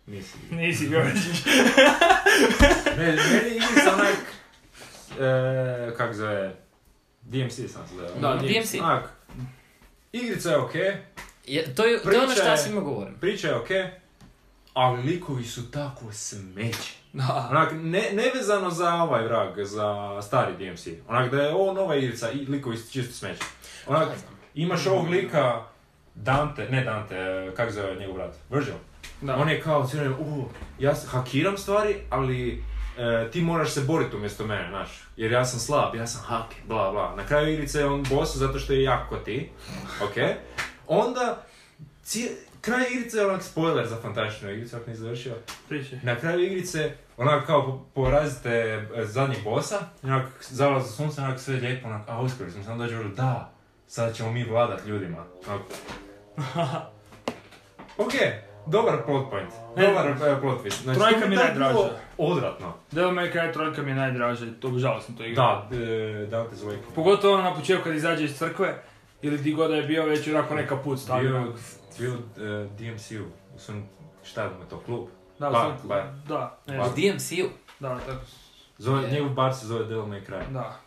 S3: Nisi.
S1: Nisi Georgić.
S3: Ne, meni igrica onak... E, kak zove? DMC sam se zove.
S1: Da,
S2: DMC.
S3: Onak, igrica je okej,
S2: Je, to, je, to je ono
S3: Priča
S2: što ja
S3: je-
S2: svima govorim.
S3: priča je okej, ali likovi su tako smeće.
S1: Da.
S3: Onak, ne, nevezano za ovaj vrag, za stari DMC. Onak da je ovo nova igrica i likovi su čisto smeće. Onak, imaš ovog lika Dante, ne Dante, e, kak zove njegov brat? Virgil.
S1: Da.
S3: On je kao cijelo, u, ja s- hakiram stvari, ali e, ti moraš se boriti umjesto mene, znaš. Jer ja sam slab, ja sam haker, bla bla. Na kraju igrice je on boss zato što je jak ko ti, ok? Onda, cije- kraj igrice je onak spoiler za fantastičnu igricu, ako nisi završio.
S1: Pričaj.
S3: Na kraju igrice, onak kao po- porazite e, zadnjeg bossa, i onak zalaz za sunce, onak sve lijepo, onak, a uspjeli smo, samo dođe u da, sad ćemo mi vladat ljudima. Onak. ok, dobar plot point,
S1: Ne.
S3: dobar e, plot twist. Znači,
S1: Trojka
S3: to
S1: mi je
S3: tak
S1: najdraža.
S3: bilo Odvratno.
S1: Devil May Cry trojka mi je najdraže, to žalosno to igra.
S3: Da, e, Dante's Wake.
S1: Pogotovo ono na početku kad izađe iz crkve, ili di god da je bio već onako neka put stavio.
S3: Bio, bio e, DMC-u, u svom, šta je mu to, klub?
S1: Da,
S3: bar,
S1: sad-
S3: bar.
S1: Da, ne
S3: Bar.
S1: znam.
S2: DMC-u.
S1: Da, tako,
S3: Zove,
S2: Je.
S3: Njegov bar se zove Devil May Cry.
S1: da.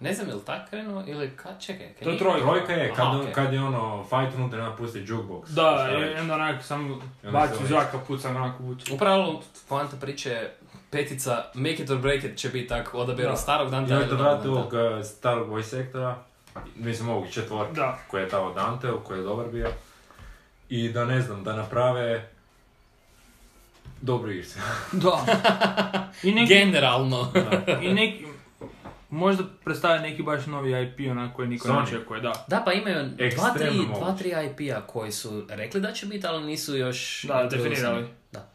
S2: Ne znam je li tak krenuo ili kad, čekaj. kad
S1: To je
S2: nije-
S1: trojka.
S3: Trojka je, kad,
S2: Aha,
S3: on-
S2: okej.
S3: kad je ono, fight unutra napusti jukebox.
S1: Da,
S3: šta
S1: i
S3: već.
S1: onda onak sam
S3: onda
S1: baci
S3: se
S1: zraka, pucam onako buče.
S2: Upravo poanta priče petica Make it or break it će biti tako odabir
S1: Da.
S2: od starog Dante.
S3: Ja
S2: ili
S3: bih to
S2: novog
S3: vratio
S2: Dante.
S3: ovog eh, starog voice sektora, mislim ovog četvorka
S1: Da.
S3: koji je dao Dante, koji je dobar bio. I da ne znam, da naprave dobru igricu.
S1: Da. I neki,
S2: Generalno.
S1: i neki, možda predstave neki baš novi IP onako koji niko ne
S3: Sony.
S1: očekuje, da.
S2: Da, pa imaju dva, tri,
S3: Ekstremno
S2: dva, tri IP-a koji su rekli da će biti, ali nisu još...
S1: Da,
S2: introducirani.
S1: definirali.
S2: Da.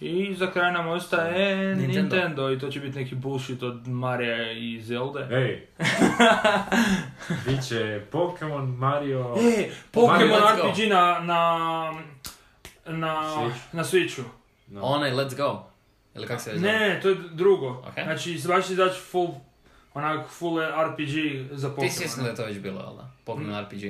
S1: I za kraj nam ostaje Nintendo.
S2: Nintendo.
S1: i to će biti neki bullshit od Marija i
S2: E,
S1: Zelde.
S3: Ej! Biće Pokemon, Mario...
S1: E, Pokemon
S2: Mario, let's go.
S1: RPG na, na, na,
S3: Switch.
S1: na Switchu.
S3: No.
S2: Onaj Let's Go. Ili kako se već zove?
S1: Ne, to je drugo.
S2: Ok.
S1: Znači, baš će izaći full, onak full RPG za
S2: Ti si svjesno da
S1: Pokemon. Mm.
S2: je to već bilo, jel da? Pokemon RPG.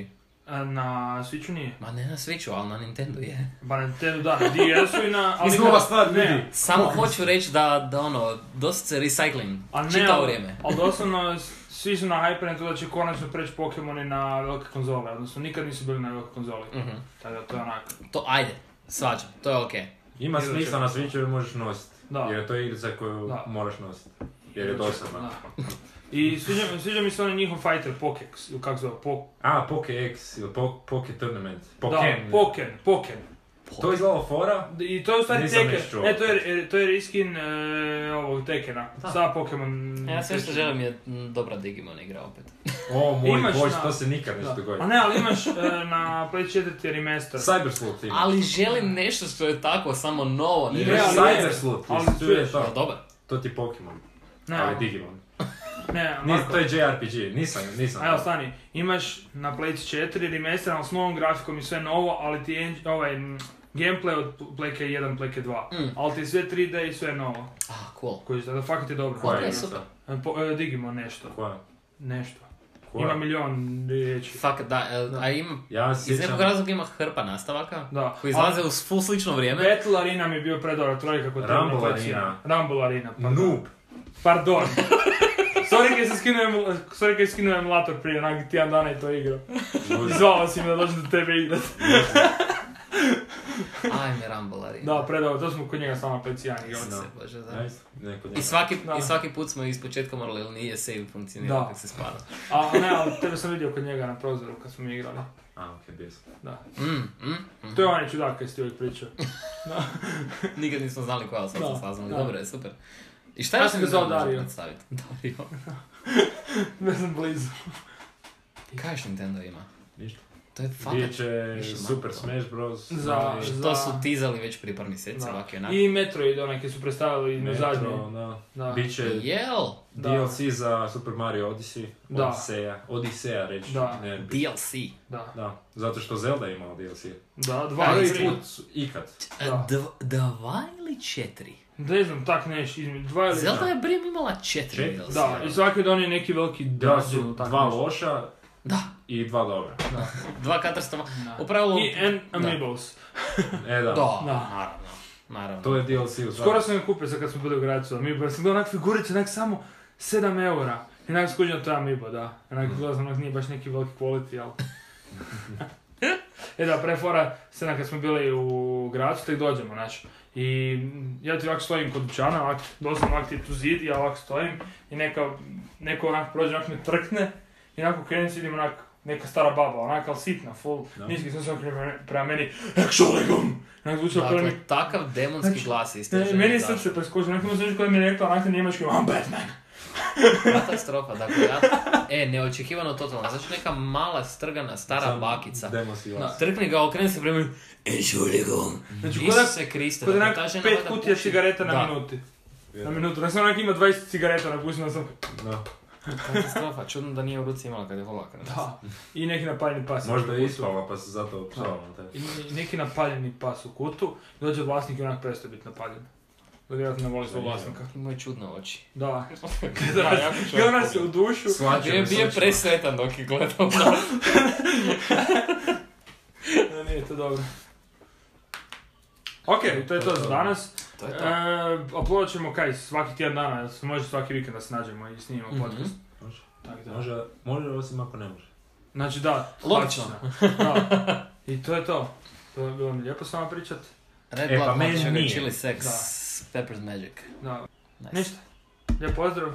S1: Na Switchu nije.
S2: Ma ne na Switchu, ali na Nintendo je.
S1: Ba na Nintendo, da, na DS-u i na... ali
S3: Mislim, ova
S1: na-
S3: stvar,
S1: ne,
S3: vidi.
S2: Samo hoću reći da, da ono, dosta se recycling.
S1: A ne,
S2: Čitavo
S1: ali-
S2: vrijeme.
S1: Ali doslovno, s- svi su na hype na to da će konačno preći Pokemoni na velike konzole, odnosno nikad nisu bili na velike konzoli.
S2: Mhm.
S1: Tako da to je onak,
S2: To ajde, svađam, to je okej.
S3: Ima
S1: Iduće.
S3: smisla na Switchu jer možeš nositi.
S1: da.
S3: Jer to je igrica koju
S1: Da.
S3: moraš nositi. Jer je dosadna.
S1: Da. I sviđa, mi- sviđa mi se onaj njihov fighter Pokex, ili kako se zove, po,
S3: A, Pokex ili Po- Poke Tournament.
S1: da,
S3: Poken.
S1: Poken, Poken.
S3: To je izgledalo fora.
S1: I to je u stvari
S3: Nisam
S1: Tekken,
S3: još čuo.
S1: e, to je, to je reskin e, ovog Tekena,
S2: Da. E,
S1: sa Pokemon...
S2: Ja sve što želim je mm, dobra Digimon igra opet.
S3: O moj
S1: Imaš
S3: bož,
S1: na-
S3: to se nikad neće
S1: Da.
S3: dogoditi.
S1: A ne, ali imaš e, na Play 4 remaster.
S3: Cyberslut ima.
S2: Ali želim nešto što je tako, samo novo. Ne
S1: I
S2: želim-
S1: realno.
S3: Cyberslut,
S1: Ali
S3: jesi čuje
S1: čuješ,
S3: to?
S2: Pa dobar.
S3: To ti je Pokemon,
S1: Ne,
S3: ali Digimon.
S1: ne,
S3: Nis,
S1: Marko.
S3: to je JRPG, nisam, nisam.
S1: A evo stani, imaš na PlayStation 4 remasteran s novom grafikom i sve novo, ali ti je en- ovaj, mm, gameplay od Playke 1, Playke 2.
S2: Mm.
S1: Ali ti je sve 3D i sve novo.
S2: Ah, cool.
S1: Koji je, fakat je dobro.
S2: Koja je
S1: E,
S2: super.
S1: po- e, Digimon nešto,
S3: Koja?
S1: nešto.
S3: Koja?
S1: Ima milion riječi.
S2: Fuck, da, e, a ima...
S3: Ja
S2: Iz
S3: sjećam,
S2: nekog razloga ima hrpa nastavaka
S1: Da.
S2: koji izlaze u s- full slično vrijeme.
S1: Battle Arena mi je bio predobra trojka kod
S3: Rumble
S1: Terminator Arena.
S3: Arena.
S1: Rumble Arena, pardon.
S3: noob.
S1: Pardon. Sorry kad sam skinuo, emul- sorry kad sam skinuo emulator prije onak tjedan dana i to igrao. I zvao si me da dođem do tebe igrat.
S2: Ajme, Rumble Arena.
S1: Da, predobro, to smo kod njega samo pecijan igrali.
S2: Isuse
S3: da.
S2: Bože, da.
S3: Nice, neko
S2: I svaki,
S1: Da.
S2: I svaki put smo ispočetka morali, jer nije save
S1: Da.
S2: funkcionirao kako se spada.
S1: A ne, ali tebe sam vidio kod njega na prozoru kad smo mi igrali.
S3: A, okej, bio sam.
S1: Da.
S2: Mm, mm, mm.
S1: To je onaj čudak koji ste uvijek pričao.
S2: Nikad nismo znali koja, sad
S1: Da,
S2: smo saznali.
S1: da.
S2: Dobro je, super. I šta
S1: Ja
S2: još
S1: sam
S2: mi
S1: ga zvao
S2: možemo
S1: Dario.
S2: predstaviti? Dario.
S1: ne znam blizu.
S2: Kaj još Nintendo ima?
S3: Ništa.
S2: To je fakat.
S3: Bit će
S2: više
S3: Super
S2: malo.
S3: Smash Bros.
S1: Za-
S3: ali-
S1: za-
S2: To su tizali već prije par mjeseci,
S1: Da.
S2: ovak i onak.
S1: I Metroid onaj koji su predstavili na
S3: Metro,
S1: zadnji.
S3: da.
S1: Da.
S3: Bit će
S2: Jel?
S1: Da.
S3: DLC za Super Mario Odyssey.
S1: Da.
S3: Odiseja. Odiseja reći.
S1: Da.
S3: Ne, bi-
S2: DLC. E,
S1: Da,
S3: da. Zato što Zelda je imala DLC.
S1: da, dva
S2: Ali
S1: ili
S3: Prvi
S1: tri.
S3: put su- ikad.
S1: Da.
S2: dv- Dva ili četiri?
S1: Ne znam, tak neš, između dva ili
S2: Zelda je Brim imala četiri
S3: Četiri.
S2: DLC.
S1: Da, i svaki je donio neki veliki
S3: Da
S1: dungeon
S3: su
S1: ili tako
S3: dva
S1: nešto.
S3: loša
S2: Da,
S3: i dva dobra.
S2: dva katastrofa.
S1: Da.
S2: U pravilu...
S1: I An- Amiibos.
S3: E da.
S2: Da,
S1: Da.
S2: naravno. Naravno.
S3: To je DLC u
S1: Skoro sam ga kupio sad kad smo bili u Gracu, Amiibo, jer sam gledao onak figurice, onak samo 7 eura. I onak skuđam to je Amiibo, da. I onak gledao sam, onak nije baš neki veliki quality, ali... e da, pre fora, se onak kad smo bili u Gracu, tek dođemo, znaš. I ja ti ovak stojim kod dućana, ovak, doslovno ovak ti je tu zid, i ja ovak stojim. I neka, neko onak prođe, onak me trkne. I onako krenem se vidim onak, neka stara baba, onak, ali sitna, full.
S3: Da.
S1: Niski sam se okrene prema meni, Exolegum! Onak zvučilo prema
S2: Dakle, takav demonski
S1: Znači,
S2: glas isto.
S1: ne, meni je srce preskočilo, nekako sam koja mi je rekla, onako njemački, I'm Batman.
S2: Katastrofa, dakle, ja... E, neočekivano totalno. Znači, neka mala, strgana, stara bakica.
S3: Demos i vas.
S2: Trkni ga, okreni se prema... Entschuldigung.
S1: Znači, kod da-
S2: Isuse Kriste,
S1: kod da
S2: dakle,
S1: onak
S2: ta žena
S1: pet
S2: valjda
S1: kutija
S2: puši.
S1: cigareta
S2: Da.
S1: na minuti. Na minutu, znači onak ima 20 cigareta na pusima, sam,
S3: Da.
S2: Katastrofa, čudno da nije u ruci imala kad je volaka.
S1: da. I neki napaljeni pas.
S3: Možda je ispala pa se zato opsala.
S1: I i neki napaljeni pas u kutu, dođe vlasnik i onak prestaje biti napaljen. Da vjerojatno ne voli svog vlasnika.
S2: Imao je čudne oči.
S1: Da.
S2: Da, jako čovjek
S1: Gleda nas u dušu.
S3: Slađe
S2: Bio je
S3: me
S2: bio
S3: slično.
S2: presretan dok je gledao.
S1: Ne, nije to dobro. Ok, to je to za danas.
S2: to je to.
S1: E, uploadat ćemo kaj, svaki tjedan dana, jel se može svaki vikend da se nađemo i snimimo
S2: Mhm.
S1: podcast.
S3: Može.
S1: Tako da.
S3: Može, može osim ako ne može.
S1: Znači da,
S2: Logično.
S1: plaća se. Da. I to je to. To je bilo mi lijepo s vama pričat.
S2: Red
S3: E,
S2: Blood
S3: pa meni
S2: Hot Sugar
S3: nije.
S2: Chili Sex,
S1: Da.
S2: Pepper's Magic.
S1: Da.
S2: Nice.
S1: Ništa. Lijep pozdrav.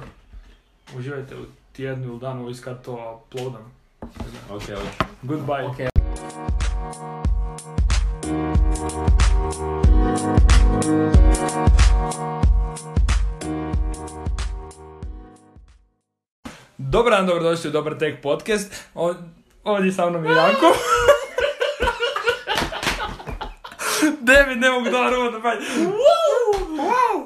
S1: Uživajte u tjednu ili danu ili kad to uploadam.
S3: Ok, ok.
S1: Goodbye.
S2: Ok,
S1: Dobar dan, dobrodošli u Dobar Tek podcast. O- Ovdje sa mnom je Janko. David, ne mogu dolar ovo napraviti. Wow!